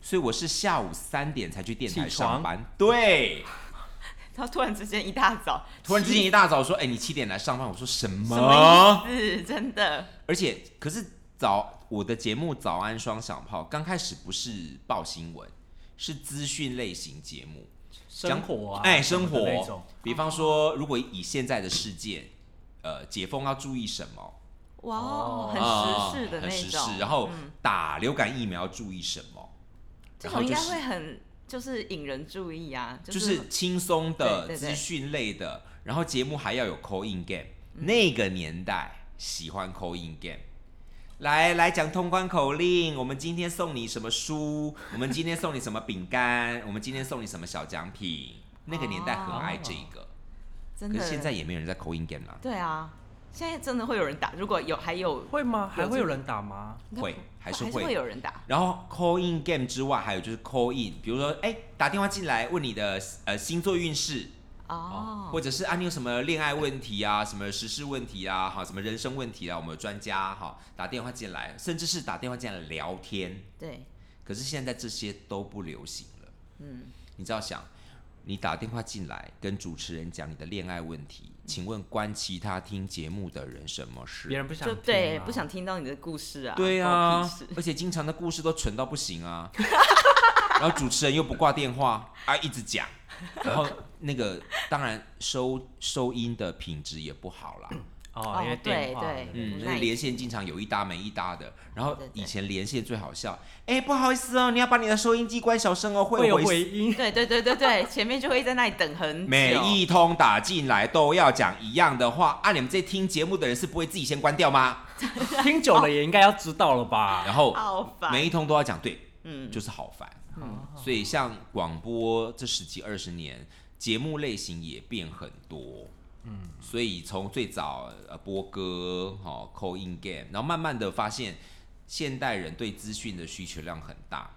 Speaker 3: 所以我是下午三点才去电台
Speaker 1: 起床
Speaker 3: 上班。对，
Speaker 2: 他突然之间一大早，
Speaker 3: 突然之间一大早说：“哎、你七点来上班？”我说：“什么？”
Speaker 2: 什么意思？真的，
Speaker 3: 而且，可是早我的节目《早安双响炮》刚开始不是报新闻，是资讯类型节目，
Speaker 1: 生活啊，
Speaker 3: 哎，生
Speaker 1: 什么的那种
Speaker 3: 活。比方说，如果以现在的事件，呃，解封要注意什么？
Speaker 2: 哇哦，
Speaker 3: 啊
Speaker 2: 很时事的
Speaker 3: 很
Speaker 2: 那
Speaker 3: 时
Speaker 2: 种
Speaker 3: 事。。然后
Speaker 2: 嗯
Speaker 3: 打流感疫苗注意什么？
Speaker 2: 这
Speaker 3: 然后
Speaker 2: 种应
Speaker 3: 就
Speaker 2: 该
Speaker 3: 是
Speaker 2: 会很就是引人注意啊，
Speaker 3: 就是是轻松的
Speaker 2: 对对对
Speaker 3: 资讯类的，然后节目还要有 call in game。那
Speaker 2: 嗯
Speaker 3: 个年代喜欢 call in game。来来讲通关口令，我们今天送你什么书？我们今天送你什么饼干？我们今天送你什么小奖品？那个年代很爱这个，
Speaker 2: 哦真
Speaker 3: 可
Speaker 2: 的。
Speaker 3: 是现在也没有人在 call in game 了，
Speaker 2: 对啊，现在真的会有人打，如果有还有
Speaker 1: 会吗？还
Speaker 2: 有这
Speaker 1: 会有人打吗？
Speaker 3: 会还是
Speaker 2: 还是会
Speaker 3: 会。
Speaker 2: 有人打，
Speaker 3: 然后 call in game 之外，还有就是 call in，比如说哎打电话进来问你的呃星座运势，
Speaker 2: 哦，
Speaker 3: 或者是啊，你有什么恋爱问题啊，什么时事问题啊，哈，什么人生问题啊，我们有专家哈打电话进来，甚至是打电话进来聊天。
Speaker 2: 对，
Speaker 3: 可是现在这些都不流行了。
Speaker 2: 嗯，
Speaker 3: 你只要想，你打电话进来跟主持人讲你的恋爱问题，请问关其他听节目的人什么
Speaker 1: 别
Speaker 3: 事？
Speaker 1: 人不想
Speaker 2: 就
Speaker 1: 听啊
Speaker 2: 对，不想听到你的故事啊，
Speaker 3: 对
Speaker 2: 关我
Speaker 3: 啊
Speaker 2: 屁事，
Speaker 3: 而且经常的故事都蠢到不行 啊。然后主持人又不挂电话，啊，一直讲，然后那个当然收收音的品质也不好啦。
Speaker 1: 哦，因为
Speaker 2: 哦
Speaker 1: 电话
Speaker 2: 对对
Speaker 1: 嗯
Speaker 3: 嗯，
Speaker 2: 无
Speaker 3: 那
Speaker 2: 奈
Speaker 3: 连线经常有一搭没一搭的，然后
Speaker 2: 对对
Speaker 3: 以前连线最好笑，哎、不好意思哦，你要把你的收音机关小声哦，
Speaker 1: 会
Speaker 3: 会
Speaker 1: 有
Speaker 3: 回
Speaker 1: 回音。
Speaker 2: 对对对对对，前面就会在那里等很久，
Speaker 3: 每一通打进来都要讲一样的话，啊，你们这听节目的人是不会自己先关掉吗？
Speaker 1: 听久了也应该要知道了 吧？
Speaker 3: 然后
Speaker 2: 好烦，
Speaker 3: 每一通都要讲，对，
Speaker 2: 嗯，
Speaker 3: 就是好烦。所以像广播这十几二十年，节目类型也变很多。嗯，所以从最早呃播歌，哈、call in game，然后慢慢的发现现代人对资讯的需求量很大。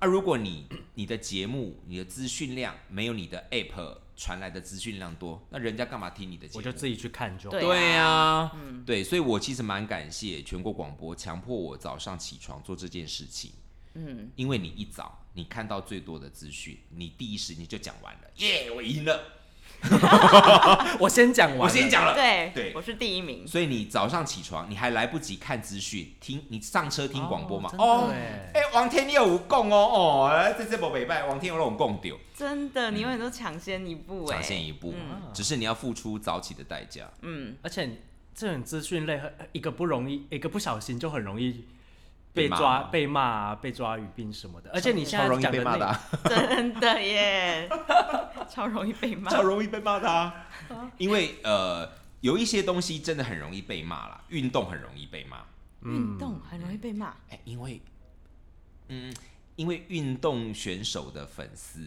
Speaker 3: 啊，如果你你的节目、你的资讯量没有你的 app 传来的资讯量多，那人家干嘛听你的节目？
Speaker 1: 我就自己去看就好。
Speaker 2: 对
Speaker 3: 对啊，
Speaker 2: 嗯
Speaker 3: 对，所以我其实蛮感谢全国广播强迫我早上起床做这件事情。
Speaker 2: 嗯，
Speaker 3: 因为你一早你看到最多的资讯，你第一时间就讲完了，耶、我赢了，
Speaker 1: 我先讲完了，
Speaker 3: 我先讲了。
Speaker 2: 对
Speaker 3: 对
Speaker 2: 我是第一名，
Speaker 3: 所以你早上起床，你还来不及看资讯，听你上车听广播嘛？
Speaker 1: 哦
Speaker 3: 哦，
Speaker 1: 真的
Speaker 3: 哎
Speaker 1: 耶、
Speaker 3: 王天你有供哦，哦，哎这这波北拜，王天有让我供丢，
Speaker 2: 真的，你永远都抢先一步，
Speaker 3: 抢
Speaker 2: 哎，
Speaker 3: 先一步，
Speaker 1: 嗯
Speaker 3: 只是你要付出早起的代价。
Speaker 2: 嗯，
Speaker 1: 而且这种资讯类，一个不容易，一个不小心就很容易被
Speaker 3: 被骂
Speaker 1: 抓、被骂啊、被抓语病什么的。而且你现在
Speaker 3: 超容易
Speaker 1: 讲
Speaker 3: 被
Speaker 1: 的
Speaker 3: 骂的、
Speaker 1: 那，
Speaker 3: 啊，
Speaker 2: 真的耶，超容易被 骂，
Speaker 3: 超容易被骂的、啊，因为呃，有一些东西真的很容易被骂啦，运动很容易被骂。
Speaker 2: 运动很容易被骂，
Speaker 3: 哎、因为，嗯，因为运动选手的粉丝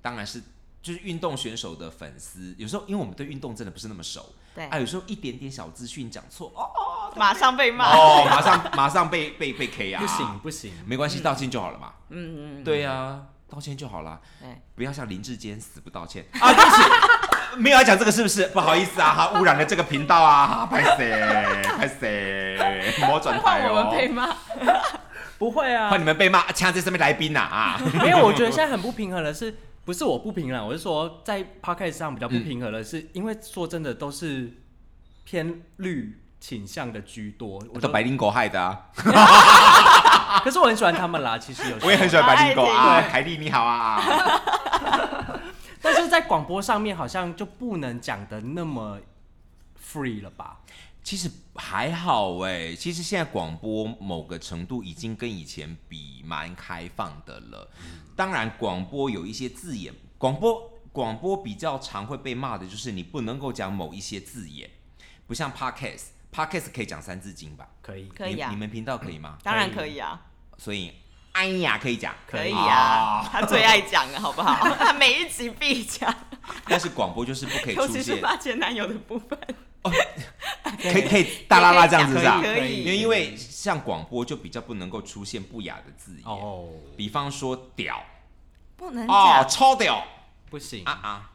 Speaker 3: 当然是就是运动选手的粉丝，有时候因为我们对运动真的不是那么熟，
Speaker 2: 对
Speaker 3: 啊，，有时候一点点小资讯讲错，哦
Speaker 2: 马上被骂，
Speaker 3: 哦，马上马上被被被 K 啊，
Speaker 1: 不 行，不行，
Speaker 3: 没关系，道歉就好了嘛。
Speaker 2: 嗯嗯，
Speaker 3: 对呀、啊，道歉就好啦，
Speaker 2: 对
Speaker 3: 不要像林志坚死不道歉 啊，对不起。没有要讲这个是不是？不好意思啊，哈，污染了这个频道啊，哈拍谁拍 谁，魔转
Speaker 2: 会
Speaker 3: 台
Speaker 2: 换我
Speaker 3: 哦
Speaker 2: 们，被骂，
Speaker 1: 不会啊
Speaker 3: 换。你们被骂，掐在上面来宾呐啊！
Speaker 1: 没有，我觉得现在很不平衡的是，不是我不平衡，我是说在 podcast 上比较不平衡
Speaker 3: 嗯
Speaker 1: 的是，因为说真的都是偏绿倾向的居多。我
Speaker 3: 都白领狗害的啊！
Speaker 1: 可是我很喜欢他们啦，其实有时候
Speaker 3: 我也很喜欢白领狗
Speaker 2: 我爱
Speaker 3: 啊，
Speaker 2: 听
Speaker 3: 凯莉你好啊！
Speaker 1: 但是在广播上面好像就不能讲的那么 free 了吧？
Speaker 3: 其实还好哎、其实现在广播某个程度已经跟以前比蛮开放的了。当然，广播有一些字眼，广播广播比较常会被骂的就是你不能够讲某一些字眼，不像 podcast，podcast 可以讲三字经吧？
Speaker 1: 可以，
Speaker 2: 可以啊
Speaker 3: 你，你们频道可以吗？
Speaker 2: 当然可以啊，
Speaker 3: 所以哎呀可以讲，
Speaker 2: 可以
Speaker 3: 啊
Speaker 2: 啊，他最爱讲了，好不 好？他每一集必讲，
Speaker 3: 但是广播就是不可以
Speaker 2: 尤
Speaker 3: 出
Speaker 2: 其是
Speaker 3: 现，
Speaker 2: 发前男友的部分，
Speaker 3: 可以可以大拉拉这样子是吧？啊
Speaker 2: 可
Speaker 1: 可以
Speaker 2: 以
Speaker 3: 因为因为像广播就比较不能够出现不雅的字眼，
Speaker 1: 哦，
Speaker 3: 比方说屌
Speaker 2: 不能
Speaker 3: 哦，
Speaker 2: 讲，
Speaker 3: 超屌
Speaker 1: 不行
Speaker 3: 啊啊！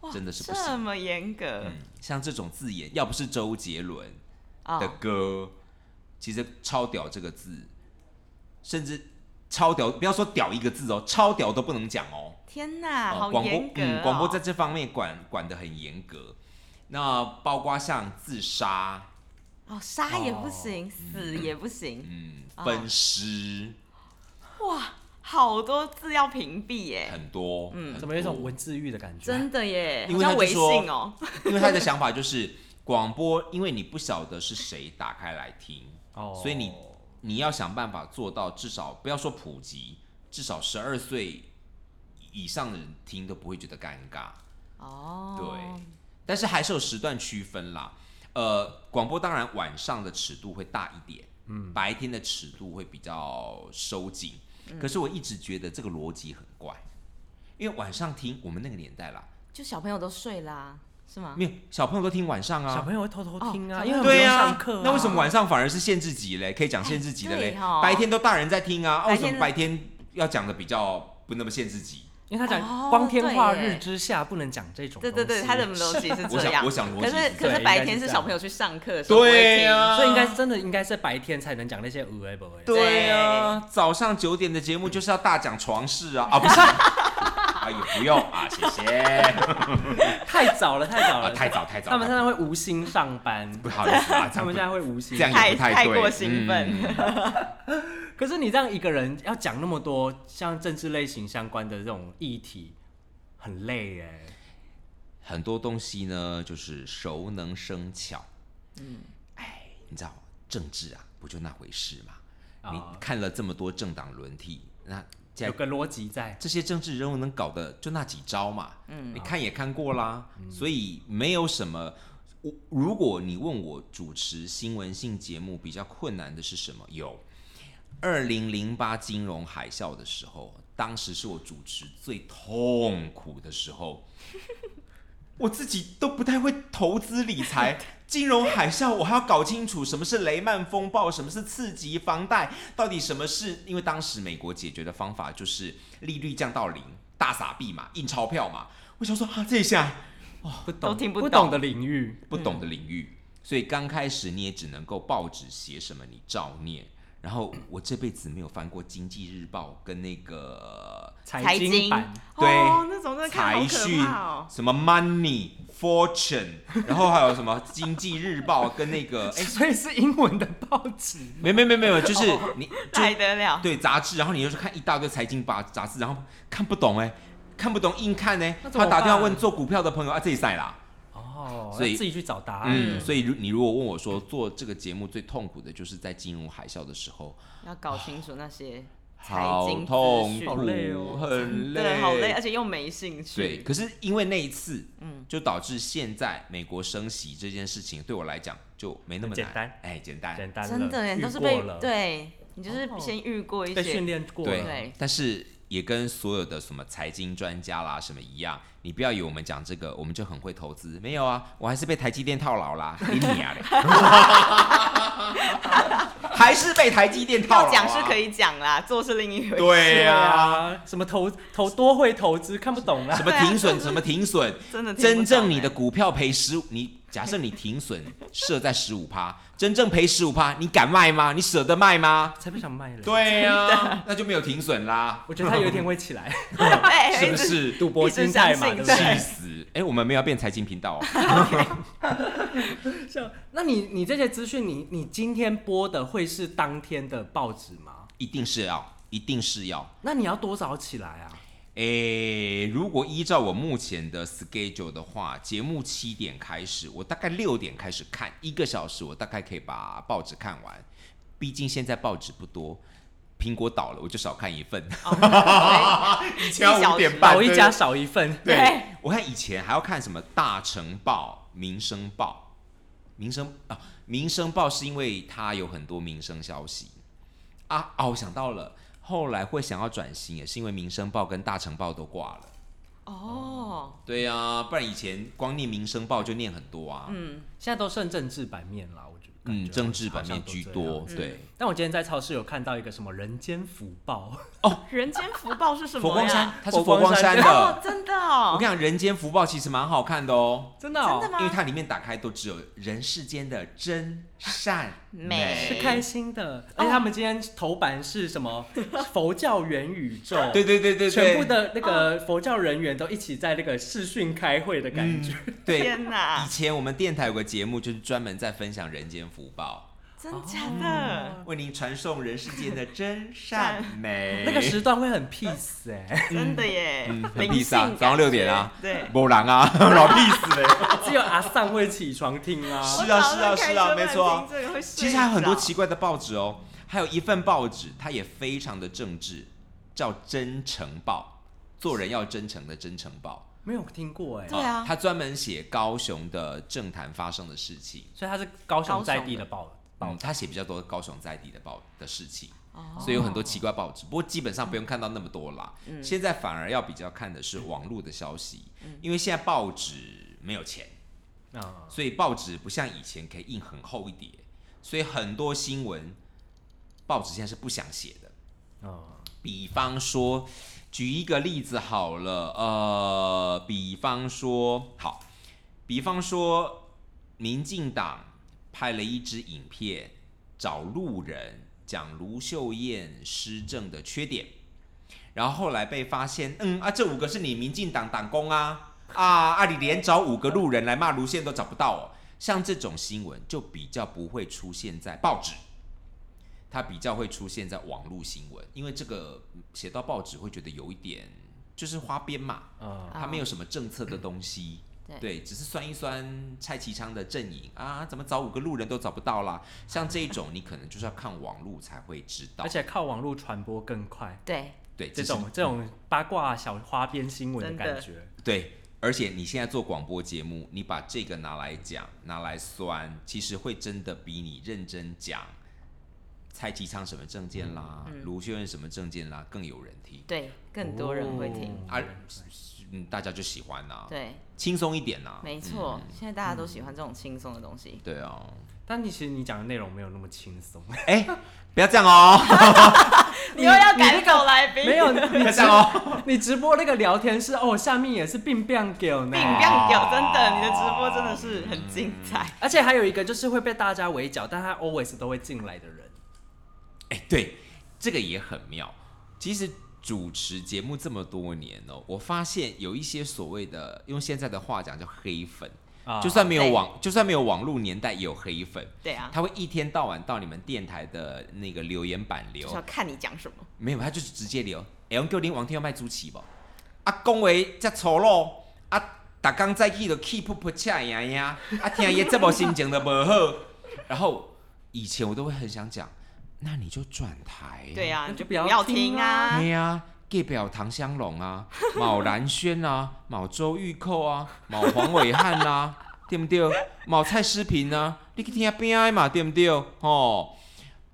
Speaker 2: 哇
Speaker 3: 真的是不行
Speaker 2: 这么严格
Speaker 3: 嗯，像这种字眼，要不是周杰伦
Speaker 2: 啊
Speaker 3: 的歌，其实“超屌”这个字，甚至“超屌”不要说“屌”一个字哦，“超屌”都不能讲哦。
Speaker 2: 天哪，
Speaker 3: 呃
Speaker 2: 啊好
Speaker 3: 广播
Speaker 2: 严格
Speaker 3: 嗯，
Speaker 2: 哦！
Speaker 3: 广播在这方面管管得很严格。那包括像自杀，
Speaker 2: 哦杀也不
Speaker 3: 哦
Speaker 2: 行，死也不行，
Speaker 3: 嗯，
Speaker 2: 哦
Speaker 3: 分尸、
Speaker 2: 哇，好多字要屏蔽耶，
Speaker 3: 很多，嗯
Speaker 1: 怎么有一种文字狱的感觉？啊
Speaker 2: 真的耶，
Speaker 3: 因为
Speaker 2: 好像
Speaker 3: 他
Speaker 2: 微
Speaker 3: 就说
Speaker 2: 信哦，
Speaker 3: 因为他的想法就是广播，因为你不晓得是谁打开来听，
Speaker 1: 哦，
Speaker 3: 所以你你要想办法做到至少不要说普及，至少十二岁以上的人听都不会觉得尴尬。对，
Speaker 2: 哦，
Speaker 3: 但是还是有时段区分啦。呃，广播当然晚上的尺度会大一点，嗯，白天的尺度会比较收紧。可是我一直觉得这个逻辑很怪，因为晚上听我们那个年代啦，
Speaker 2: 就小朋友都睡啦，是吗？
Speaker 3: 没有小朋友都听晚上啊，
Speaker 1: 小朋友会偷偷听啊，
Speaker 2: 哦
Speaker 1: 因为他们不
Speaker 3: 对
Speaker 1: 用
Speaker 3: 呀、
Speaker 1: 上课啊。
Speaker 3: 那为什么晚上反而是限制级嘞？可以讲限制级的嘞
Speaker 2: 哎对、哦
Speaker 3: 白天都大人在听啊，啊
Speaker 2: 白
Speaker 3: 为什
Speaker 2: 天
Speaker 3: 么白天要讲的比较不那么限制级？
Speaker 1: 因为他讲
Speaker 2: 哦
Speaker 1: 光天化
Speaker 2: 对耶
Speaker 1: 日之下不能讲这种
Speaker 2: 对
Speaker 1: 东西。
Speaker 2: 对对，他的逻辑是
Speaker 3: 哦 我
Speaker 2: 这
Speaker 3: 想，
Speaker 2: 样
Speaker 3: 我。想逻
Speaker 2: 可
Speaker 3: 辑
Speaker 2: 是可
Speaker 3: 这样
Speaker 1: 对
Speaker 2: 是
Speaker 1: 应
Speaker 2: 白
Speaker 1: 该
Speaker 2: 天
Speaker 1: 是
Speaker 2: 是
Speaker 1: 这
Speaker 2: 小
Speaker 1: 样
Speaker 2: 朋友去上课的时候不会听，
Speaker 3: 对啊呀、
Speaker 1: 所以应该真的应该是白天才能讲那些无为不为。
Speaker 3: 对呀、早上九点的节目就是要大讲床事 啊啊，不是啊，也不用啊，谢谢
Speaker 1: 太早了，太早
Speaker 3: 啊，
Speaker 1: 了，
Speaker 3: 太早太早，
Speaker 1: 他们现在会无心上班，
Speaker 3: 不好意思啊，
Speaker 1: 他们现
Speaker 3: 这
Speaker 1: 在
Speaker 3: 样
Speaker 1: 会无心
Speaker 3: 不这。样也
Speaker 2: 太
Speaker 3: 不太
Speaker 2: 太
Speaker 3: 对
Speaker 2: 过兴奋
Speaker 3: 嗯
Speaker 1: 可是你这样一个人要讲那么多像政治类型相关的这种议题，很累耶。
Speaker 3: 很多东西呢，就是熟能生巧。嗯，哎，你知道政治啊，不就那回事嘛？
Speaker 1: 啊
Speaker 3: 你看了这么多政党轮替，那既
Speaker 1: 有
Speaker 3: 然
Speaker 1: 个逻辑在，
Speaker 3: 这些政治人物能搞的就那几招嘛。嗯，你看也看过啦，所以没有什么。我如果你问我主持新闻性节目比较困难的是什么？有，二零零八金融海啸的时候，当时是我主持最痛苦的时候。我自己都不太会投资理财，金融海啸我还要搞清楚什么是雷曼风暴，什么是次级房贷，到底什么是？因为当时美国解决的方法就是利率降到零，大撒币嘛，印钞票嘛。我想说啊，这一下
Speaker 1: 不懂
Speaker 2: 都听
Speaker 1: 不
Speaker 2: 不
Speaker 1: 懂
Speaker 2: 懂
Speaker 1: 的领域，
Speaker 3: 不懂的领域，所以刚开始你也只能够报纸写什么你照念。然后我这辈子没有翻过《经济日报》跟那个
Speaker 1: 财经版
Speaker 3: 对
Speaker 2: 哦，那种真的看好
Speaker 3: 财
Speaker 2: 可
Speaker 3: 讯
Speaker 2: 怕哦，
Speaker 3: 什么 Money Fortune，然后还有什么《经济日报》跟那个哎，
Speaker 1: 所以是英文的报纸。
Speaker 3: 没没没没有，就是你就
Speaker 2: 来得了。
Speaker 3: 哦对杂志，然后你又去看一大堆财经杂杂志，然后看不懂哎、看不懂硬看呢、哎
Speaker 1: 那怎么
Speaker 3: 他打电话
Speaker 1: 办
Speaker 3: 问做股票的朋友啊，这一赛啦，
Speaker 1: 哦，
Speaker 3: 所以
Speaker 1: 要自己去找答案。
Speaker 3: 嗯，所以如你如果问我说做这个节目最痛苦的就是在金融海啸的时候，
Speaker 2: 要搞清楚那些财
Speaker 3: 好
Speaker 2: 经
Speaker 3: 痛
Speaker 2: 资
Speaker 3: 苦，
Speaker 2: 讯，
Speaker 1: 好累哦
Speaker 3: 很
Speaker 2: 对，好累，而且又没兴
Speaker 3: 对，
Speaker 2: 趣。
Speaker 3: 可是因为那一次，嗯，就导致现在美国升息这件事情对我来讲就没那么
Speaker 1: 很简
Speaker 3: 难
Speaker 1: 单，
Speaker 3: 哎，简单，
Speaker 1: 简单了，
Speaker 2: 真的耶，
Speaker 1: 遇
Speaker 2: 你都是
Speaker 1: 过
Speaker 2: 被
Speaker 1: 了，
Speaker 2: 对你就是
Speaker 1: 哦
Speaker 2: 先遇过一
Speaker 1: 被训
Speaker 2: 些，
Speaker 1: 练过
Speaker 3: 对，
Speaker 1: 了。
Speaker 2: 对啊
Speaker 3: 但是也跟所有的什么财经专家啦什么一样，你不要以为我们讲这个我们就很会投资，没有啊，我还是被台积电套牢 啦，你你啊嘞，还是被台积电套牢、
Speaker 2: 要
Speaker 3: 啊，
Speaker 2: 讲是可。以讲啦，做是另一回事。
Speaker 3: 对啊，
Speaker 1: 啊，什么投投多会投资看不懂啊啦
Speaker 3: 什。么停损，什么停损，
Speaker 2: 真 的听不懂
Speaker 3: 真正你的
Speaker 2: 欸
Speaker 3: 股票赔十，你假设你停损设在十五趴，真正赔十五趴，你敢卖吗？你舍得 卖吗？
Speaker 1: 才不想卖了。，
Speaker 3: 对啊呀、那就没有停损啦，
Speaker 1: 我觉得他有一天会起来，
Speaker 2: 哎
Speaker 3: 是不
Speaker 2: 一直
Speaker 3: 是？
Speaker 1: 赌博心态嘛，
Speaker 2: 一
Speaker 1: 对不
Speaker 2: 直相信
Speaker 1: 对？
Speaker 3: 气死！哎、我们没有变财经频道、哦，
Speaker 1: 像，那你你这些资讯，你你今天播的会是当天的报纸吗？
Speaker 3: 一定是要，一定是要。
Speaker 1: 那你要多早起来啊？
Speaker 3: 哎、诶、如果依照我目前的 schedule 的话，节目七点开始，我大概六点开始看，一个小时，我大概可以把报纸看完。毕竟现在报纸不多，苹果倒了我就少看一份。 以前要
Speaker 2: 哦一小时
Speaker 3: 五点半，
Speaker 1: 老一家
Speaker 3: 对
Speaker 1: 少一份，
Speaker 3: 对
Speaker 2: 对
Speaker 3: 我看以前还要看什么《大成报》《民生报》，《民生》啊，《民生报》是因为它有很多民生消息啊啊！我想到了，后来会想要转型，也是因为《民生报》跟《大成报》都挂了。
Speaker 2: 哦，
Speaker 3: 对呀、不然以前光念《民生报》就念很多啊。嗯
Speaker 1: 现在都剩政治版面啦，我觉得。感觉
Speaker 3: 政治版面居
Speaker 1: 好像都这
Speaker 3: 多
Speaker 1: 样。
Speaker 3: 对，
Speaker 1: 但我今天在超市有看到一个什么人间福报，
Speaker 2: 人间福报是什么呀？
Speaker 3: 佛光山，它嗯是
Speaker 1: 佛
Speaker 3: 佛
Speaker 1: 光
Speaker 3: 光
Speaker 1: 山
Speaker 3: 山
Speaker 2: 哦
Speaker 3: 的。，
Speaker 2: 真的
Speaker 3: 我
Speaker 2: 哦
Speaker 3: 跟，你讲，《人间福报》其实蛮好看的哦。
Speaker 1: 真的哦
Speaker 2: 真的吗
Speaker 3: 因为它里面打开都只有人世间的真善
Speaker 2: 美
Speaker 3: 美，
Speaker 1: 是开心的。
Speaker 2: 哎
Speaker 1: 而且他们今天头版是什么？佛教元宇宙。
Speaker 3: 对对对对对，
Speaker 1: 全部的那个佛教人员都一起在那个视讯开会的感觉，
Speaker 3: 对。
Speaker 2: 天
Speaker 3: 以
Speaker 2: 哪，
Speaker 3: 前我们电台有个节目，就是专门在分享人间福报，
Speaker 2: 真假
Speaker 1: 嗯
Speaker 2: 的，
Speaker 3: 为您传送人世间的真善美。
Speaker 1: 那个时段会很 peace 哎、
Speaker 2: 真的耶，
Speaker 3: 嗯很
Speaker 2: 灵
Speaker 3: peace 啊
Speaker 2: 性
Speaker 3: 早上
Speaker 2: 感
Speaker 3: 6点啊
Speaker 2: 觉对，
Speaker 3: 波浪啊，老屁死了。
Speaker 1: 只有阿尚会起床听啊。
Speaker 3: 是啊
Speaker 2: 我早上
Speaker 3: 是啊
Speaker 2: 开
Speaker 3: 是啊
Speaker 2: 车
Speaker 3: 没错啊
Speaker 2: 门听这个会
Speaker 3: 其实还有很多
Speaker 2: 睡着
Speaker 3: 奇怪的报纸哦，还有一份报纸，它也非常的政治，叫《真诚报》，做人要真诚的《真诚报哦
Speaker 1: 没有听过哎、》。
Speaker 2: 对啊
Speaker 3: 它专门写高雄的政坛发生的事情。
Speaker 1: 所以他是高雄在地的报报
Speaker 3: 嗯，他写比较多高雄在地的报的事情，
Speaker 2: 哦
Speaker 3: 所以有很多奇怪报纸。不过基本上不用看到那么多啦。
Speaker 2: 嗯
Speaker 3: 现在反而要比较看的是网络的消息，因为现在报纸没有钱，
Speaker 1: 啊，
Speaker 3: 所以报纸不像以前可以印很厚一叠，所以很多新闻报纸现在是不想写的。
Speaker 1: 嗯
Speaker 3: 比方说，举一个例子好了，呃，比方说，好，比方说，民进党拍了一支影片，找路人讲卢秀燕施政的缺点，然后后来被发现，嗯啊，这五个是你民进党党工啊啊啊，你连找五个路人来骂卢秀燕都找不到哦，像这种新闻就比较不会出现在报纸。它比较会出现在网络新闻，因为这个嗯写到报纸会觉得有一点就是花边嘛，
Speaker 1: 嗯，
Speaker 3: 它没有什么政策的东西。
Speaker 2: 对
Speaker 3: 只是算一算蔡其昌的阵营啊，怎么找五个路人都找不到啦？像这一种，你可能就是要看网络才会知道
Speaker 1: 而。且靠网络传播更 快，
Speaker 2: 对，
Speaker 3: 对，
Speaker 1: 这
Speaker 3: 是
Speaker 1: 种这种八卦小花边新闻的
Speaker 2: 真的
Speaker 1: 感觉，
Speaker 3: 对，而且你现在做广播节目，你把这个拿来讲、拿来酸，其实会真的比你认真讲蔡其昌什么证件啦、卢秀燕什么证件啦更有人听。
Speaker 2: 对，更多人会听。
Speaker 1: 哦
Speaker 3: 啊，嗯，大家就喜欢呐、
Speaker 2: 对，
Speaker 3: 轻松一点呐、啊嗯
Speaker 2: 没错，现在大家都喜欢这种轻松的东西。
Speaker 3: 对啊，
Speaker 1: 但你其实你讲的内容没有那么轻 松，
Speaker 3: 哎、不要这样哦，
Speaker 2: 你又要赶走来宾，
Speaker 1: 没 有
Speaker 2: 并
Speaker 1: 你
Speaker 3: 不要
Speaker 1: 直
Speaker 3: 这样哦，
Speaker 1: 你直播那个聊天室哦，下面也是并不 girl 呢，
Speaker 2: 不要屌，真的，你的直播真的是很精彩。
Speaker 1: 而且还有一个就是会被大家围剿，但他 always 都会进来的人，
Speaker 3: 哎、对，这个也很妙。其实主持节目这么多年哦，我发现有一些所谓的用现在的话讲叫黑粉，
Speaker 1: 啊
Speaker 3: 就算没有
Speaker 2: 对
Speaker 3: 网，就算没有网络年代也有黑粉，
Speaker 2: 对啊，
Speaker 3: 他会一天到晚到你们电台的那个留言板
Speaker 2: 就
Speaker 3: 留
Speaker 2: 是，要看你讲什么。
Speaker 3: 没有，他就是直接留。哎、欸，我叫你王天要卖猪旗不？啊，讲话遮粗鲁，啊，逐工早起就气噗噗恰呀呀，啊，听伊这无心情都无好。 然后以前我都会很想讲，那你就转台、
Speaker 2: 对啊，
Speaker 1: 那
Speaker 2: 你
Speaker 1: 就
Speaker 2: 就
Speaker 1: 不
Speaker 2: 不
Speaker 1: 要
Speaker 2: 要
Speaker 1: 听
Speaker 2: 听
Speaker 1: 啊
Speaker 2: 啊
Speaker 3: 嘿。啊，隔壁有唐香龙啊，毛兰轩啊，毛周玉蔻啊，毛黄伟汉啊，对不对？毛蔡诗萍啊，你去听边爱嘛，对不对？哦，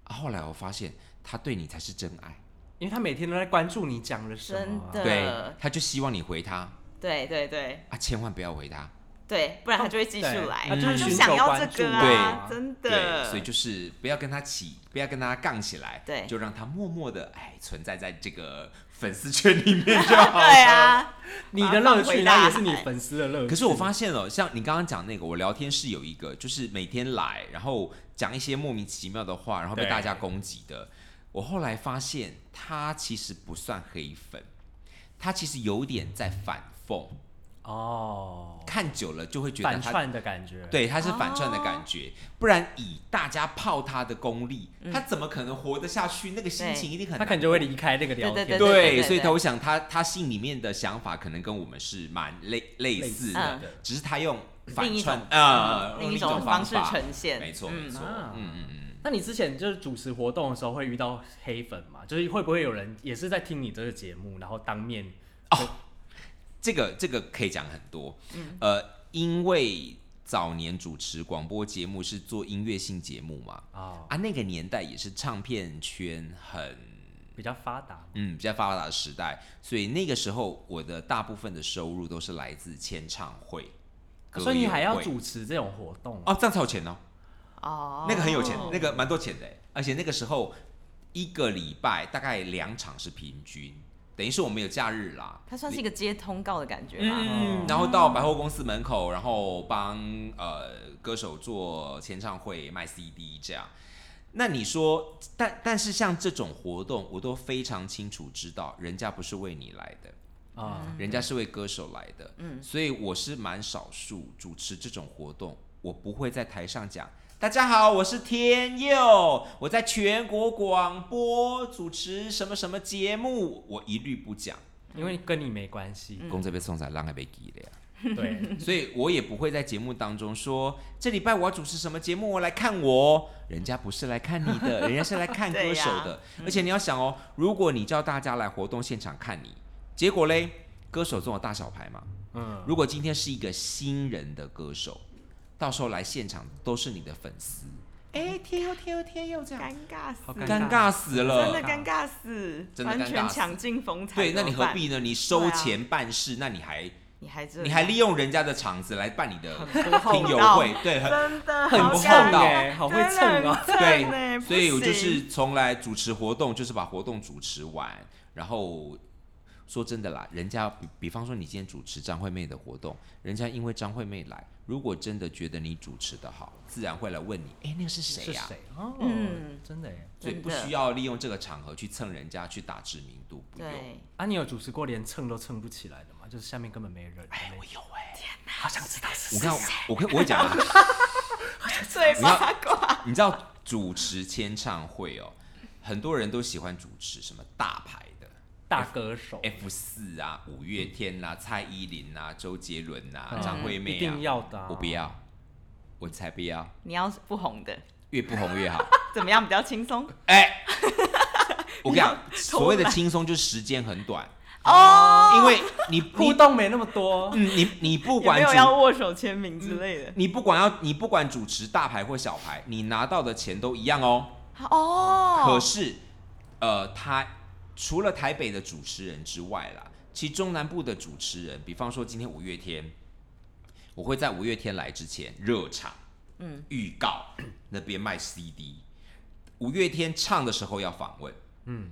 Speaker 3: 啊，后来我发现他对你才是真爱。
Speaker 1: 因为他每天都在关注你讲了什么啊、
Speaker 2: 真的
Speaker 3: 对
Speaker 2: 呃，
Speaker 3: 他就希望你回他
Speaker 2: 对对对
Speaker 3: 啊，千万不要回他。
Speaker 2: 对，不然他就会继续
Speaker 1: 对
Speaker 2: 来，
Speaker 1: 他
Speaker 3: 就是
Speaker 2: 就
Speaker 3: 哦嗯寻
Speaker 2: 想
Speaker 1: 求
Speaker 2: 要
Speaker 1: 关
Speaker 2: 这个
Speaker 1: 注
Speaker 2: 啊，
Speaker 1: 对
Speaker 2: 真
Speaker 3: 对，
Speaker 2: 的。
Speaker 3: 所以就是不要跟他起，不要跟他杠起来，
Speaker 2: 对
Speaker 3: 就让他默默的哎存在在这个粉丝圈里 面就好 了。
Speaker 2: 对啊，
Speaker 1: 你的乐
Speaker 2: 把它放
Speaker 1: 趣，
Speaker 2: 回
Speaker 1: 然后
Speaker 2: 大
Speaker 1: 也是你
Speaker 2: 海
Speaker 1: 粉丝的乐趣。
Speaker 3: 可是我发现了，像你刚刚讲那个，我聊天室有一个，就是每天来，然后讲一些莫名其妙的话，然后被
Speaker 1: 对
Speaker 3: 大家攻击的。我后来发现，他其实不算黑粉，他其实有点在反讽。
Speaker 1: 哦，
Speaker 3: 看久了就会觉得
Speaker 1: 反
Speaker 3: 他
Speaker 1: 串的感觉。，
Speaker 3: 对他是反串的
Speaker 2: 哦
Speaker 3: 感觉，不然以大家泡他的功力，
Speaker 2: 嗯
Speaker 3: 他怎么可能活得下去？那个心情一定很
Speaker 1: 他
Speaker 3: 难
Speaker 1: 可能就会离开那个聊天。
Speaker 2: 对
Speaker 3: 对
Speaker 2: 对对对
Speaker 3: 所以
Speaker 2: 对
Speaker 3: 我想他他信里面的想法可能跟我们是蛮类类似的，
Speaker 2: 嗯
Speaker 3: 只是他用
Speaker 2: 另
Speaker 3: 反
Speaker 2: 一
Speaker 3: 串
Speaker 2: 种嗯
Speaker 3: 呃
Speaker 2: 另一
Speaker 3: 种
Speaker 2: 种方式
Speaker 3: 法
Speaker 2: 呈现，
Speaker 3: 没错没
Speaker 2: 嗯，
Speaker 3: 错，
Speaker 1: 啊
Speaker 3: 嗯嗯嗯。
Speaker 1: 那你之前就是主持活动的时候会遇到黑粉吗？就是会不会有人也是在听你这个节目，然后当面
Speaker 3: 这个这个可以讲很多，
Speaker 2: 嗯
Speaker 3: 呃，因为早年主持广播节目是做音乐性节目嘛，
Speaker 1: 啊、
Speaker 3: 啊，那个年代也是唱片圈很
Speaker 1: 比较发达？
Speaker 3: 嗯比较发达的时代，所以那个时候我的大部分的收入都是来自签唱会，歌
Speaker 1: 哦所以你还
Speaker 3: 友
Speaker 1: 要
Speaker 3: 会
Speaker 1: 主持这种活动啊？
Speaker 3: 哦，这样才有钱哦，
Speaker 2: 哦，
Speaker 3: 那个很有钱，那个蛮多钱的欸，而且那个时候一个礼拜大概两场是平均，等于是我们有假日啦，
Speaker 2: 它算是一个接通告的感觉嘛，
Speaker 3: 嗯
Speaker 1: 嗯，
Speaker 3: 然后到百货公司门口，然后帮呃歌手做签唱会、卖 CD 这样。那你说，但但是像这种活动，我都非常清楚知道，人家不是为你来的，
Speaker 1: 啊、
Speaker 3: 人家是为歌手来的。嗯，所以我是蛮少数主持这种活动，我不会在台上讲。大家好，我是天佑，我在全国广播主持什么什么节目，我一律不讲。
Speaker 1: 因为跟你没关系。
Speaker 3: 公这边送仔浪还被记了呀。
Speaker 1: 对，
Speaker 3: 所以我也不会在节目当中说这礼拜我要主持什么节目，我来看我哦。人家不是来看你的，人家是来看歌手
Speaker 2: 对
Speaker 3: 的。而且你要想哦，如果你叫大家来活动现场看你，结果嘞，歌手总有大小牌嘛。
Speaker 1: 嗯，
Speaker 3: 如果今天是一个新人的歌手，到时候来现场都是你的粉丝，哎，天佑天佑天佑这样，
Speaker 2: 尴尬死
Speaker 1: 好
Speaker 2: 了，
Speaker 3: 尴尬死
Speaker 2: 真
Speaker 3: 了。
Speaker 2: 的尴尬死，
Speaker 3: 真的尴
Speaker 2: 完
Speaker 3: 尬
Speaker 2: 全
Speaker 3: 死
Speaker 2: 抢尽风采，
Speaker 3: 对，那你
Speaker 2: 怎么
Speaker 3: 何
Speaker 2: 办？
Speaker 3: 必呢？你收
Speaker 2: 对啊
Speaker 3: 钱办事，那你还
Speaker 2: 你还这样
Speaker 3: 你还利用人家的场子来办你的
Speaker 1: 很厚
Speaker 3: 听友
Speaker 2: 道
Speaker 3: 会，对，很
Speaker 2: 真的
Speaker 1: 很
Speaker 2: 好
Speaker 1: 不
Speaker 2: 尴
Speaker 1: 厚道
Speaker 2: 尬
Speaker 1: 哎，好会
Speaker 2: 真的
Speaker 1: 蹭哦。
Speaker 2: 很蹭欸
Speaker 3: 对，
Speaker 2: 不
Speaker 3: 所以我就
Speaker 2: 行
Speaker 3: 是从来主持活动，就是把活动主持完，然后说真的啦，人家比比方说你今天主持张惠妹的活动，人家因为张惠妹来，如果真的觉得你主持的好，自然会来问你，哎、那个是谁
Speaker 1: 是
Speaker 3: 呀、
Speaker 1: 谁？哦，
Speaker 2: 嗯
Speaker 1: 真的耶。
Speaker 3: 所以不
Speaker 2: 真的
Speaker 3: 需要利用这个场合去蹭人家去打知名度，不用。
Speaker 2: 对，
Speaker 1: 啊，你有主持过连蹭都蹭不起来的吗？就是下面根本没人。哎，我有哎、天哪，好想知道是
Speaker 3: 我看，我跟我会讲，
Speaker 2: 最八卦，
Speaker 3: 你知道主持签唱会哦，很多人都喜欢主持什么大牌的，
Speaker 1: 大歌手，
Speaker 3: F 四啊，五月天啦、蔡依林啊，周杰伦啊
Speaker 1: 嗯，
Speaker 3: 张惠
Speaker 1: 一
Speaker 3: 妹啊
Speaker 1: 定，要的、啊。
Speaker 3: 我不要，我才不要，
Speaker 2: 你要是不红的，
Speaker 3: 越不红越 好。
Speaker 2: 怎么样比较轻松？
Speaker 3: 哎，我跟你讲，
Speaker 2: 懒
Speaker 3: 所谓的轻松就是时间很短，
Speaker 2: 哦，
Speaker 3: 因为 你
Speaker 1: 互
Speaker 3: 你
Speaker 1: 动没那么多。
Speaker 3: 嗯你你不
Speaker 2: 有没
Speaker 3: 管
Speaker 2: 有要
Speaker 3: 主
Speaker 2: 握手签名之类的？
Speaker 3: 你不管要你不管主持大牌或小牌，你拿到的钱都一样哦。
Speaker 2: 哦，
Speaker 3: 可是，呃，他除了台北的主持人之外啦，其实中南部的主持人，比方说今天五月天，我会在五月天来之前热场，嗯，预告那边卖 CD，五月天唱的时候要访问，嗯，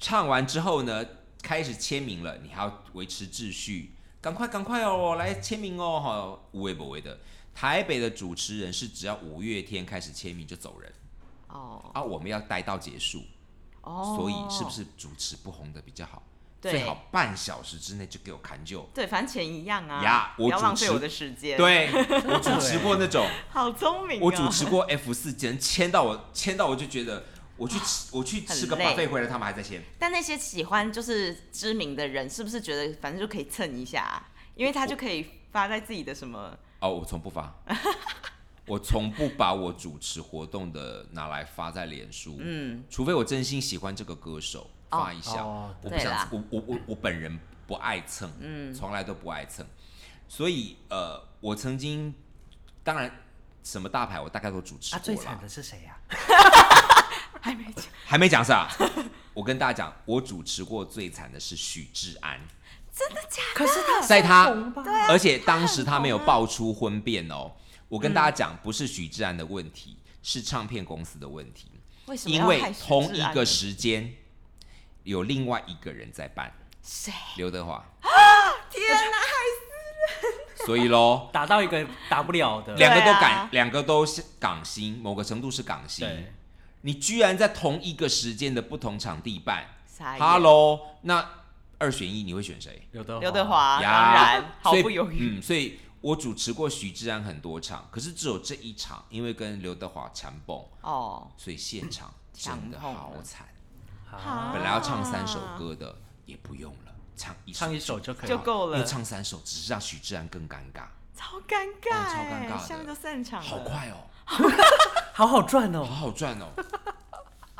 Speaker 3: 唱完之后呢，开始签名了，你还要维持秩序，赶快赶快哦，来签名哦，哈，无为不为的。台北的主持人是只要五月天开始签名就走人。
Speaker 2: 哦
Speaker 3: 啊，我们要待到结束，
Speaker 2: 哦，
Speaker 3: 所以是不是主持不红的比较好？
Speaker 2: 对
Speaker 3: 最好半小时之内就给我砍就。
Speaker 2: 对，反正钱一样啊，
Speaker 3: 呀
Speaker 2: 不
Speaker 3: 我
Speaker 2: 要
Speaker 3: 主
Speaker 2: 浪费
Speaker 3: 持
Speaker 2: 我的时间。，
Speaker 3: 对我主持过 那种，
Speaker 2: 好聪明、哦。
Speaker 3: 我主持过 F 四，简直签到我签到我就觉得我去吃我去吃个
Speaker 2: 啊很累
Speaker 3: buffet 回来，他们还在签。
Speaker 2: 但那些喜欢就是知名的人，是不是觉得反正就可以蹭一下啊、因为他就可以发在自己的什么？
Speaker 3: 哦，我从不发， 我从不把我主持活动的拿来发在脸书，
Speaker 2: 嗯，
Speaker 3: 除非我真心喜欢这个歌手，发一下。
Speaker 1: 哦
Speaker 3: 我不
Speaker 2: 对啦
Speaker 3: 想，我我我我本人不爱蹭，
Speaker 2: 嗯
Speaker 3: 从来都不爱蹭。所以呃，我曾经，当然什么大牌我大概都主持
Speaker 1: 啊，最
Speaker 3: 过
Speaker 1: 惨
Speaker 3: 啦。
Speaker 1: 的是谁呀、
Speaker 2: 还没讲，
Speaker 3: 还没讲是吧？我跟大家讲，我主持过最惨的是许志安，
Speaker 1: 可是他
Speaker 3: 在他
Speaker 1: 红吧？
Speaker 2: 啊
Speaker 1: 对
Speaker 3: 而且当时他没有爆出婚变哦。我跟大家讲，不是许志安的问题，是唱片公司的问题，
Speaker 2: 为嗯什么
Speaker 3: 因
Speaker 2: 要害
Speaker 3: 为
Speaker 2: 许志
Speaker 3: 同一
Speaker 2: 安
Speaker 3: 个
Speaker 2: 呢
Speaker 3: 时间有另外一个人在办，
Speaker 2: 谁？
Speaker 3: 刘德华，
Speaker 2: 天哪、
Speaker 3: 所以喽。
Speaker 1: 打到一个打不了的。
Speaker 3: 两个都
Speaker 2: 对啊
Speaker 3: 港，两个都是港星，某个程度是港星。
Speaker 1: 对，
Speaker 3: 你居然在同一个时间的不同场地办
Speaker 2: 傻眼
Speaker 3: ，Hello，那二选一，你会选谁？
Speaker 1: 刘德
Speaker 2: 刘德，
Speaker 1: 啊
Speaker 2: 华当
Speaker 3: 呀
Speaker 2: 然毫
Speaker 3: 所以
Speaker 2: 不犹豫。
Speaker 3: 嗯，所以我主持过徐志安很多场，可是只有这一场，因为跟刘德华缠蹦，
Speaker 2: 哦，
Speaker 3: 所以现场
Speaker 2: 强
Speaker 3: 真的
Speaker 2: 碰
Speaker 3: 好
Speaker 2: 了
Speaker 3: 惨。
Speaker 1: 啊
Speaker 3: 本来要唱三首歌的，也不用了，唱一
Speaker 1: 唱一首就可以
Speaker 2: 就
Speaker 1: 了。
Speaker 2: 够
Speaker 3: 又
Speaker 2: 了，
Speaker 3: 唱三首，只是让许志安更尴尬，
Speaker 2: 超尴尬
Speaker 3: 哦超尴
Speaker 2: 欸，
Speaker 3: 尬的
Speaker 2: 下面就散场了，
Speaker 3: 好快哦，
Speaker 1: 好好赚
Speaker 3: 好
Speaker 1: 哦。
Speaker 3: 好赚哦，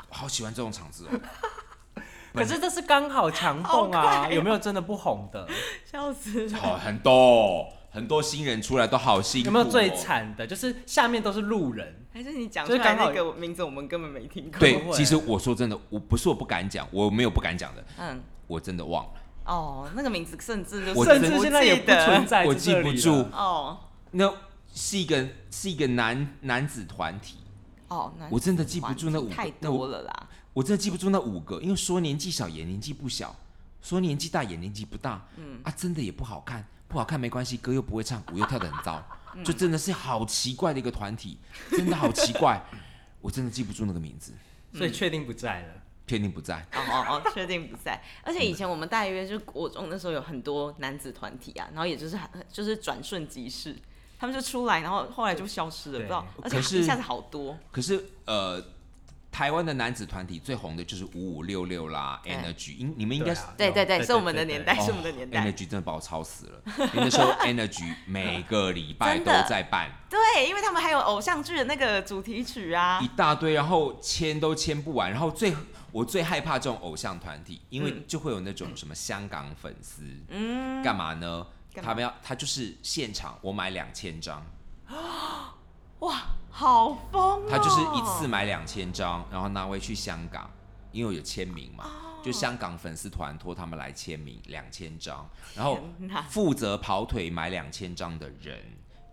Speaker 3: 我好喜欢这种场子哦。
Speaker 1: 可是这是刚好强蹦
Speaker 2: 好
Speaker 1: 啊，
Speaker 2: 快哦
Speaker 1: 有没有真的不红的？
Speaker 2: 笑死了。
Speaker 3: 好，很多哦很多新人出来都好辛苦、哦
Speaker 1: 有没有最？惨的？就是下面都是路人，
Speaker 2: 还是你讲出
Speaker 1: 就是
Speaker 2: 来
Speaker 1: 刚好
Speaker 2: 那个名字，我们根本没听过。
Speaker 3: 对
Speaker 1: 不，会
Speaker 3: 其实我说真的，我不是我不敢讲，我没有不敢讲的，
Speaker 2: 嗯，
Speaker 3: 我真的忘了。
Speaker 2: 哦，那个名字甚至就
Speaker 3: 我
Speaker 1: 甚
Speaker 3: 真
Speaker 1: 至
Speaker 2: 不
Speaker 1: 现在也
Speaker 2: 记
Speaker 1: 不
Speaker 2: 得
Speaker 1: 存在
Speaker 3: 我
Speaker 1: 在这里了
Speaker 3: 记不住
Speaker 2: 哦
Speaker 3: 那是一个是一个男男子团体，
Speaker 2: 哦，那
Speaker 3: 我真的记不住那五个
Speaker 2: 太
Speaker 3: 那我
Speaker 2: 多了啦。
Speaker 3: 我真的记不住那五个，因为说年纪小也年纪不小，说年纪大也年纪不大，嗯啊，真的也不好看，不好看没关系，歌又不会唱，舞又跳得很糟，
Speaker 2: 嗯
Speaker 3: 就真的是好奇怪的一个 团体，真的好奇怪，我真的记不住那个名字，
Speaker 1: 所以确定不在了。
Speaker 3: 确定不在，
Speaker 2: 哦哦哦，确定不在。而且以前我们大约就国中那时候有很多男子团体啊，然后也就是很就是转瞬即逝，他们就出来，然后后来就消失了，
Speaker 1: 对
Speaker 2: 不知道。而且
Speaker 3: 可是
Speaker 2: 一下子好多，
Speaker 3: 可是呃。台湾的男子团体最红的就是五五六六啦
Speaker 2: 哎
Speaker 3: ，Energy，应你们应该是
Speaker 1: 啊
Speaker 2: 对对
Speaker 1: 有
Speaker 2: 对，是我们的年代，
Speaker 1: 对
Speaker 2: 是我们的年代。
Speaker 3: Energy 真的把我操死了，因为那时候 Energy 每个礼拜
Speaker 2: 真
Speaker 3: 都
Speaker 2: 的
Speaker 3: 在办
Speaker 2: 对，因为他们还有偶像剧的那个主题曲啊
Speaker 3: 一，大堆，然后签都签不完，然后最我最害怕这种偶像团体，
Speaker 2: 嗯
Speaker 3: 因为就会有那种什么香港粉丝，嗯，干嘛呢？
Speaker 2: 干嘛
Speaker 3: 他们要他就是现场我买两千张，
Speaker 2: 好疯哦！
Speaker 3: 他就是一次买两千张，然后拿回去香港，因为我有签名嘛，
Speaker 2: 哦
Speaker 3: 就香港粉丝团托他们来签名两千张，然后
Speaker 2: 哦天哪
Speaker 3: 负责跑腿买两千张的人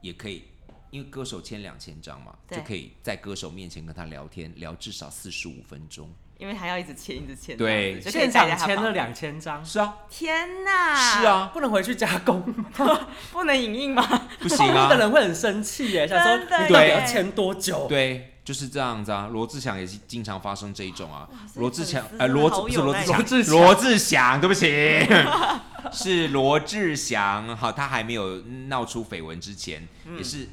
Speaker 3: 也可以，因为歌手签两千张嘛，
Speaker 2: 对
Speaker 3: 就可以在歌手面前跟他聊天，聊至少四十五分钟。
Speaker 2: 因为还要一直签，一直签，这样
Speaker 3: 对
Speaker 2: 子就可以
Speaker 1: 现
Speaker 2: 带
Speaker 1: 场
Speaker 2: 着他
Speaker 1: 签了
Speaker 2: 跑
Speaker 1: 两千
Speaker 2: 哦
Speaker 1: 张，
Speaker 3: 是啊，
Speaker 2: 天哪！
Speaker 3: 是，啊，
Speaker 1: 不能回去加工，
Speaker 2: 不能影印吗？
Speaker 3: 不行
Speaker 1: 那的
Speaker 3: 啊，
Speaker 1: 人会很生气耶，想说
Speaker 2: 真的
Speaker 1: 你到底
Speaker 3: 耶
Speaker 1: 要签多久？
Speaker 3: 对，就是这样子啊。罗志祥也是经常发生这一种啊。
Speaker 2: 这
Speaker 3: 罗志祥
Speaker 2: 粉，丝
Speaker 3: 呃，罗志
Speaker 2: 好
Speaker 3: 不是
Speaker 2: 有
Speaker 3: 罗
Speaker 2: 耐
Speaker 3: 志
Speaker 1: 罗
Speaker 2: 心
Speaker 3: 祥，
Speaker 1: 志祥
Speaker 3: 罗志祥，对不起， 是罗志祥。好，他还没有闹出绯闻之前，
Speaker 2: 嗯
Speaker 3: 也是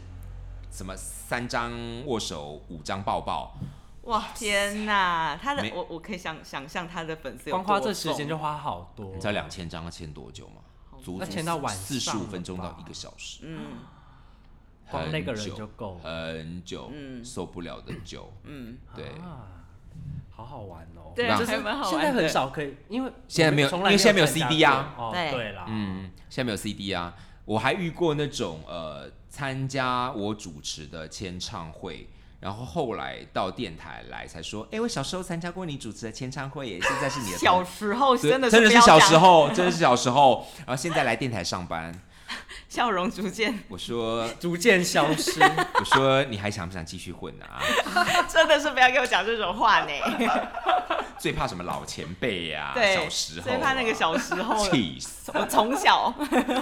Speaker 3: 什么三张握手，五张抱抱，
Speaker 2: 哇，天哪！他的
Speaker 3: 没
Speaker 2: 我我可以想想象他的粉丝有
Speaker 1: 光花
Speaker 2: 多
Speaker 1: 这时
Speaker 2: 疯
Speaker 1: 间就花好多
Speaker 3: 你知。道两千张要签多久吗？足
Speaker 1: 那
Speaker 3: 足
Speaker 1: 签到晚
Speaker 3: 四十
Speaker 1: 上
Speaker 3: 五
Speaker 1: 了
Speaker 3: 分钟到
Speaker 1: 吧
Speaker 3: 一个小时，
Speaker 2: 嗯
Speaker 1: 光那个人
Speaker 3: 很久
Speaker 1: 就够了
Speaker 3: 很久，
Speaker 2: 嗯
Speaker 3: 受不了的久，
Speaker 2: 嗯，
Speaker 3: 对。
Speaker 1: 啊，好好玩哦。
Speaker 2: 对，
Speaker 3: 那
Speaker 2: 还
Speaker 1: 就是
Speaker 2: 蛮好玩
Speaker 1: 现
Speaker 2: 的
Speaker 1: 在很少可以，因为
Speaker 3: 现在没有
Speaker 1: 从来
Speaker 3: 因为现在没有
Speaker 1: 参加
Speaker 3: CD 啊
Speaker 1: 过哦，
Speaker 2: 对
Speaker 1: 对啦，
Speaker 3: 嗯，现在没有 CD 啊。我还遇过那种呃，参加我主持的签唱会，然后后来到电台来才说，哎、我小时候参加过你主持的签唱会耶，现在是你 的
Speaker 2: 小
Speaker 3: 时
Speaker 2: 时候真的
Speaker 3: 真的
Speaker 2: 不
Speaker 3: 是
Speaker 2: 要
Speaker 3: 小
Speaker 2: 讲
Speaker 3: 时，候，真的是小时候，然后现在来电台上班，
Speaker 2: 笑容逐渐，
Speaker 3: 我说
Speaker 1: 逐渐消失。
Speaker 3: 我说你还想不想继续混啊？
Speaker 2: 真的是不要给我讲这种话呢。
Speaker 3: 最怕什么老前辈呀、
Speaker 2: 对，
Speaker 3: 小时候、啊，
Speaker 2: 最怕那个小时候了。
Speaker 3: 气死。
Speaker 2: 我从小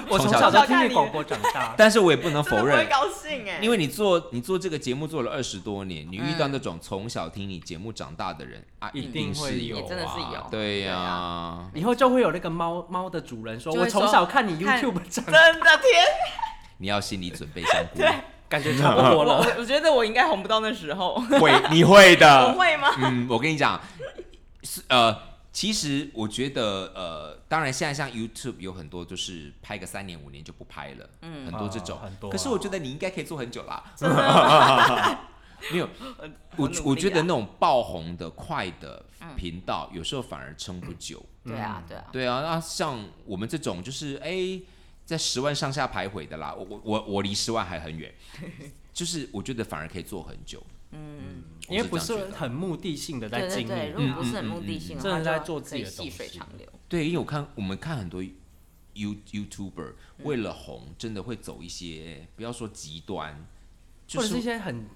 Speaker 1: 我从小就听你广播长大，
Speaker 3: 但是我也不能
Speaker 2: 真的
Speaker 3: 否
Speaker 2: 不
Speaker 3: 认
Speaker 2: 会，高兴哎，
Speaker 3: 因为你做你做这个节目做了二十多
Speaker 2: 嗯
Speaker 3: 年，你遇到那种从小听你节目长大的人啊，
Speaker 1: 一
Speaker 3: 一
Speaker 1: 定会
Speaker 3: 是
Speaker 1: 有
Speaker 2: 也真的是有
Speaker 3: 啊对呀、
Speaker 2: 对
Speaker 1: 以后就会有那个 猫猫的主人说，
Speaker 2: 就会
Speaker 1: 我
Speaker 2: 说
Speaker 1: 从小看你
Speaker 2: 看
Speaker 1: YouTube 长大，
Speaker 2: 真的天，
Speaker 3: 你要心理准备香菇，
Speaker 1: 感觉差不多
Speaker 2: 我我
Speaker 1: 了。
Speaker 2: 我觉得我应该红不到那时候，
Speaker 3: 会你会
Speaker 2: 我
Speaker 3: 的。
Speaker 2: 会吗？
Speaker 3: 嗯，我跟你讲，是呃，其实我觉得呃，当然现在像 YouTube 有很多就是拍个三年五年就不拍了，嗯，很多这种、
Speaker 1: 啊很多啊
Speaker 3: 可是我觉得你应该可以做很久啦。
Speaker 2: 真的吗？
Speaker 3: 没有，
Speaker 2: 我
Speaker 3: 我
Speaker 2: 努力啊
Speaker 3: 我觉得那种爆红的快的频道，有时候反而撑不久。
Speaker 2: 对啊，对啊，
Speaker 3: 对啊，那像我们这种就是哎、在十万上下徘徊的啦，我我我我离十万还 很远，就是我觉得反而可以做很久。嗯，我
Speaker 1: 因为不
Speaker 3: 这样
Speaker 1: 是
Speaker 3: 觉得
Speaker 1: 很目的性的在
Speaker 2: 对对
Speaker 1: 经
Speaker 2: 对，
Speaker 1: 营，嗯
Speaker 2: 如果不是很目的性的话，
Speaker 1: 真的在
Speaker 2: 就
Speaker 1: 做自己的
Speaker 2: 可以细
Speaker 1: 东
Speaker 2: 水
Speaker 1: 西
Speaker 2: 长流。
Speaker 3: 对，因为我看我们看很多 You YouTuber
Speaker 2: 嗯
Speaker 3: 为了红，真的会走一些不要说极端，就
Speaker 1: 或者是一
Speaker 3: 是
Speaker 1: 些很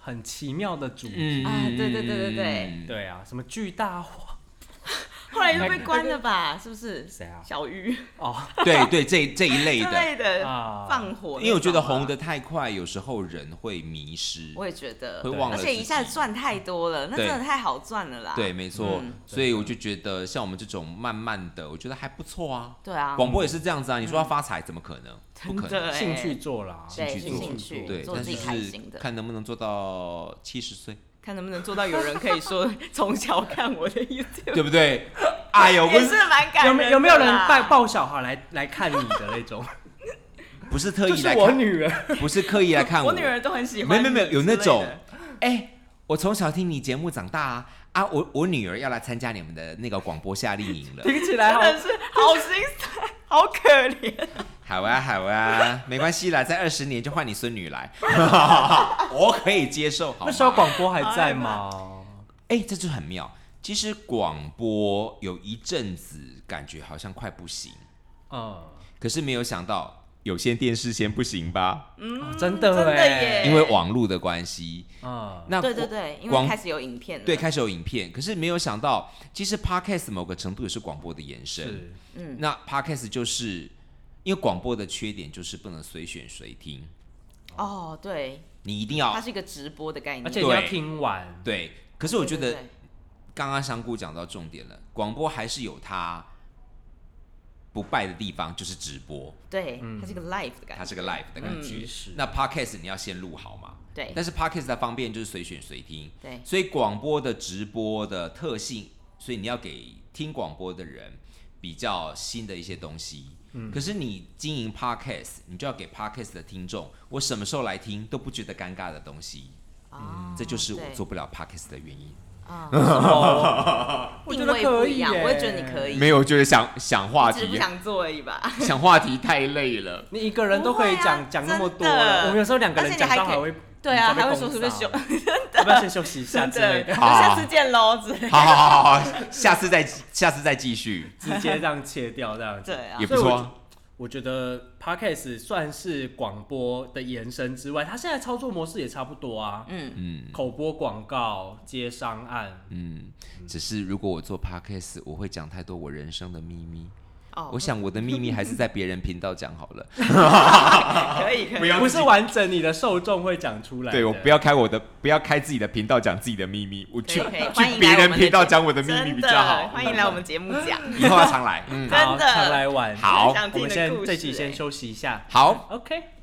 Speaker 1: 很奇妙的主题。
Speaker 3: 嗯
Speaker 2: 啊对对对对对
Speaker 1: 对啊，什么巨大化，
Speaker 2: 后来来就被关了吧？是不是？
Speaker 1: 谁啊
Speaker 2: 小鱼
Speaker 1: 哦
Speaker 3: 对对，这这一类
Speaker 2: 之
Speaker 3: 的，
Speaker 2: 类的
Speaker 1: 啊，
Speaker 2: 放火那种啊。
Speaker 3: 因为我觉得红的太快，有时候人会迷失。
Speaker 2: 我也觉得
Speaker 3: 会忘了
Speaker 2: 而且一下子赚太多了，那
Speaker 3: 对
Speaker 2: 真的太好赚了啦。
Speaker 3: 对，没错
Speaker 2: 嗯，
Speaker 3: 所以我就觉得像我们这种慢慢的，我觉得还不错啊。
Speaker 2: 对啊，
Speaker 3: 广播也是这样子啊，你说要发财，怎么可能？不可能。
Speaker 2: 对
Speaker 1: 兴趣做啦，
Speaker 2: 对
Speaker 3: 兴趣做
Speaker 2: 兴趣
Speaker 3: 对，
Speaker 2: 做
Speaker 3: 但
Speaker 2: 自己
Speaker 3: 就
Speaker 2: 开
Speaker 3: 是
Speaker 2: 心的
Speaker 3: 看能不能做到七十岁，
Speaker 2: 看能不能做到有人可以说 从小看我的 YouTube，
Speaker 3: 对不对？哎呦，不
Speaker 2: 也
Speaker 3: 是
Speaker 2: 是蛮感
Speaker 1: 有
Speaker 2: 人
Speaker 1: 没
Speaker 2: 的啦
Speaker 1: 有没有人抱抱小孩来来看你的那种？
Speaker 3: 不是 特
Speaker 1: 就
Speaker 3: 意
Speaker 1: 是
Speaker 3: 来
Speaker 1: 我
Speaker 3: 看，
Speaker 1: 女 儿，
Speaker 3: 不是刻意来看
Speaker 2: 我女儿都很喜欢
Speaker 3: 没
Speaker 2: 你之
Speaker 3: 没
Speaker 2: 类的，
Speaker 3: 没有有那种，哎、我从小听你节目长大啊啊，我我女儿要来参加你们的那个广播夏令营了，
Speaker 1: 听起来
Speaker 2: 真
Speaker 1: 好
Speaker 2: 的是好心酸，好可怜。
Speaker 3: 好啊好啊，没关系啦，在二十年就换你孙女来， 我可以接受，好
Speaker 1: 那时候
Speaker 3: 吗？
Speaker 1: 广播还在吗？
Speaker 3: 哎、这就很妙。其实广播有一阵子感觉好像快不行，
Speaker 1: 嗯，
Speaker 3: 可是没有想到有线电视先不行吧，
Speaker 1: 哦真
Speaker 2: 嗯真的
Speaker 1: 哎，
Speaker 2: 耶
Speaker 3: 因为网络的关系。
Speaker 1: 嗯，
Speaker 3: 那
Speaker 2: 对对对，因
Speaker 3: 广
Speaker 2: 为开始有影片了，
Speaker 3: 对，开始有影片，可是没有想到，其实 podcast 某个程度也是广播的延伸。
Speaker 2: 嗯
Speaker 1: 是
Speaker 3: 那 podcast 就是因为广播的缺点就是不能随选随听，
Speaker 2: 哦，对，
Speaker 3: 你一定
Speaker 2: 它
Speaker 3: 要
Speaker 2: 是一个直播的概念，
Speaker 1: 而且你要
Speaker 3: 对
Speaker 1: 听完，
Speaker 3: 对。可是我觉
Speaker 2: 对
Speaker 3: 得
Speaker 2: 对对
Speaker 3: 刚刚香菇讲到重点了，广播还是有它不败的地方，就是直播，
Speaker 2: 对
Speaker 1: 嗯，
Speaker 2: 它是一个 live 的感
Speaker 3: 它
Speaker 2: 觉，
Speaker 3: 是个 live 的感
Speaker 2: 嗯
Speaker 3: 觉
Speaker 1: 即时。
Speaker 3: 那 podcast 你要先录好嘛？
Speaker 2: 对
Speaker 3: 但是 podcast 的方便就是随选随听，
Speaker 2: 对
Speaker 3: 所以广播的直播的特性，所以你要给听广播的人比较新的一些东西。
Speaker 2: 嗯
Speaker 3: 可是你经营 podcast，你就要给 podcast 的听众，我什么时候来听都不觉得尴尬的东西，
Speaker 2: 啊，
Speaker 3: 这就是我
Speaker 2: 对
Speaker 3: 做不了 podcast 的原因。
Speaker 2: 啊，
Speaker 1: 我觉
Speaker 2: 嗯定
Speaker 1: 得
Speaker 2: 位
Speaker 1: 可
Speaker 2: 不
Speaker 1: 以
Speaker 2: 一样，
Speaker 1: 耶
Speaker 2: 我也觉得你可以，
Speaker 3: 没有，就是想想话
Speaker 2: 只是不
Speaker 3: 题，
Speaker 2: 想做而已吧。
Speaker 3: 想话题太累了。
Speaker 1: 你一个人都可以
Speaker 2: 不会
Speaker 1: 讲
Speaker 2: 啊
Speaker 1: 讲那么多
Speaker 2: 真的
Speaker 1: 了，我们有时候两个人讲到还会，
Speaker 2: 对啊，
Speaker 1: 你才
Speaker 2: 还
Speaker 1: 被
Speaker 2: 会说是不是
Speaker 1: 攻
Speaker 2: 休？
Speaker 1: 要不要先休息一下
Speaker 2: 真
Speaker 1: 之
Speaker 2: 的
Speaker 1: 类，的，
Speaker 2: 就下次见喽之类的。
Speaker 3: 好好好好好，下次再下次再继续，
Speaker 1: 直接这样切掉这样子。
Speaker 2: 对 啊
Speaker 3: 也，不错啊。
Speaker 1: 我觉得 podcast 算是广播的延伸之外，它现在操作模式也差不多啊，
Speaker 2: 嗯，
Speaker 3: 嗯
Speaker 1: 口播广告、接商案，
Speaker 3: 嗯，只是如果我做 podcast，我会讲太多我人生的秘密。
Speaker 2: 哦，
Speaker 3: 我想我的秘密还是在别人频道讲好了。
Speaker 2: 可以可以，
Speaker 1: 不是完整你的受众会讲出来的。
Speaker 3: 对我不要开我的，不要开自己的频道讲自己的秘密，我去
Speaker 2: 可以可以欢
Speaker 3: 去
Speaker 2: 迎
Speaker 3: 别
Speaker 2: 来我
Speaker 3: 人
Speaker 2: 们
Speaker 3: 频道
Speaker 2: 的节
Speaker 3: 讲我的秘密比
Speaker 2: 真
Speaker 3: 较
Speaker 2: 的
Speaker 3: 好。
Speaker 2: 欢迎来我们节目讲。
Speaker 3: 以后要常来。嗯，
Speaker 2: 真
Speaker 1: 好
Speaker 2: 的
Speaker 1: 常来玩。
Speaker 3: 好
Speaker 2: 想
Speaker 1: 我
Speaker 2: 听
Speaker 1: 们
Speaker 2: 的
Speaker 1: 先
Speaker 2: 故事
Speaker 1: 这集先
Speaker 2: 欸
Speaker 1: 休息一下。
Speaker 3: 好。
Speaker 1: OK。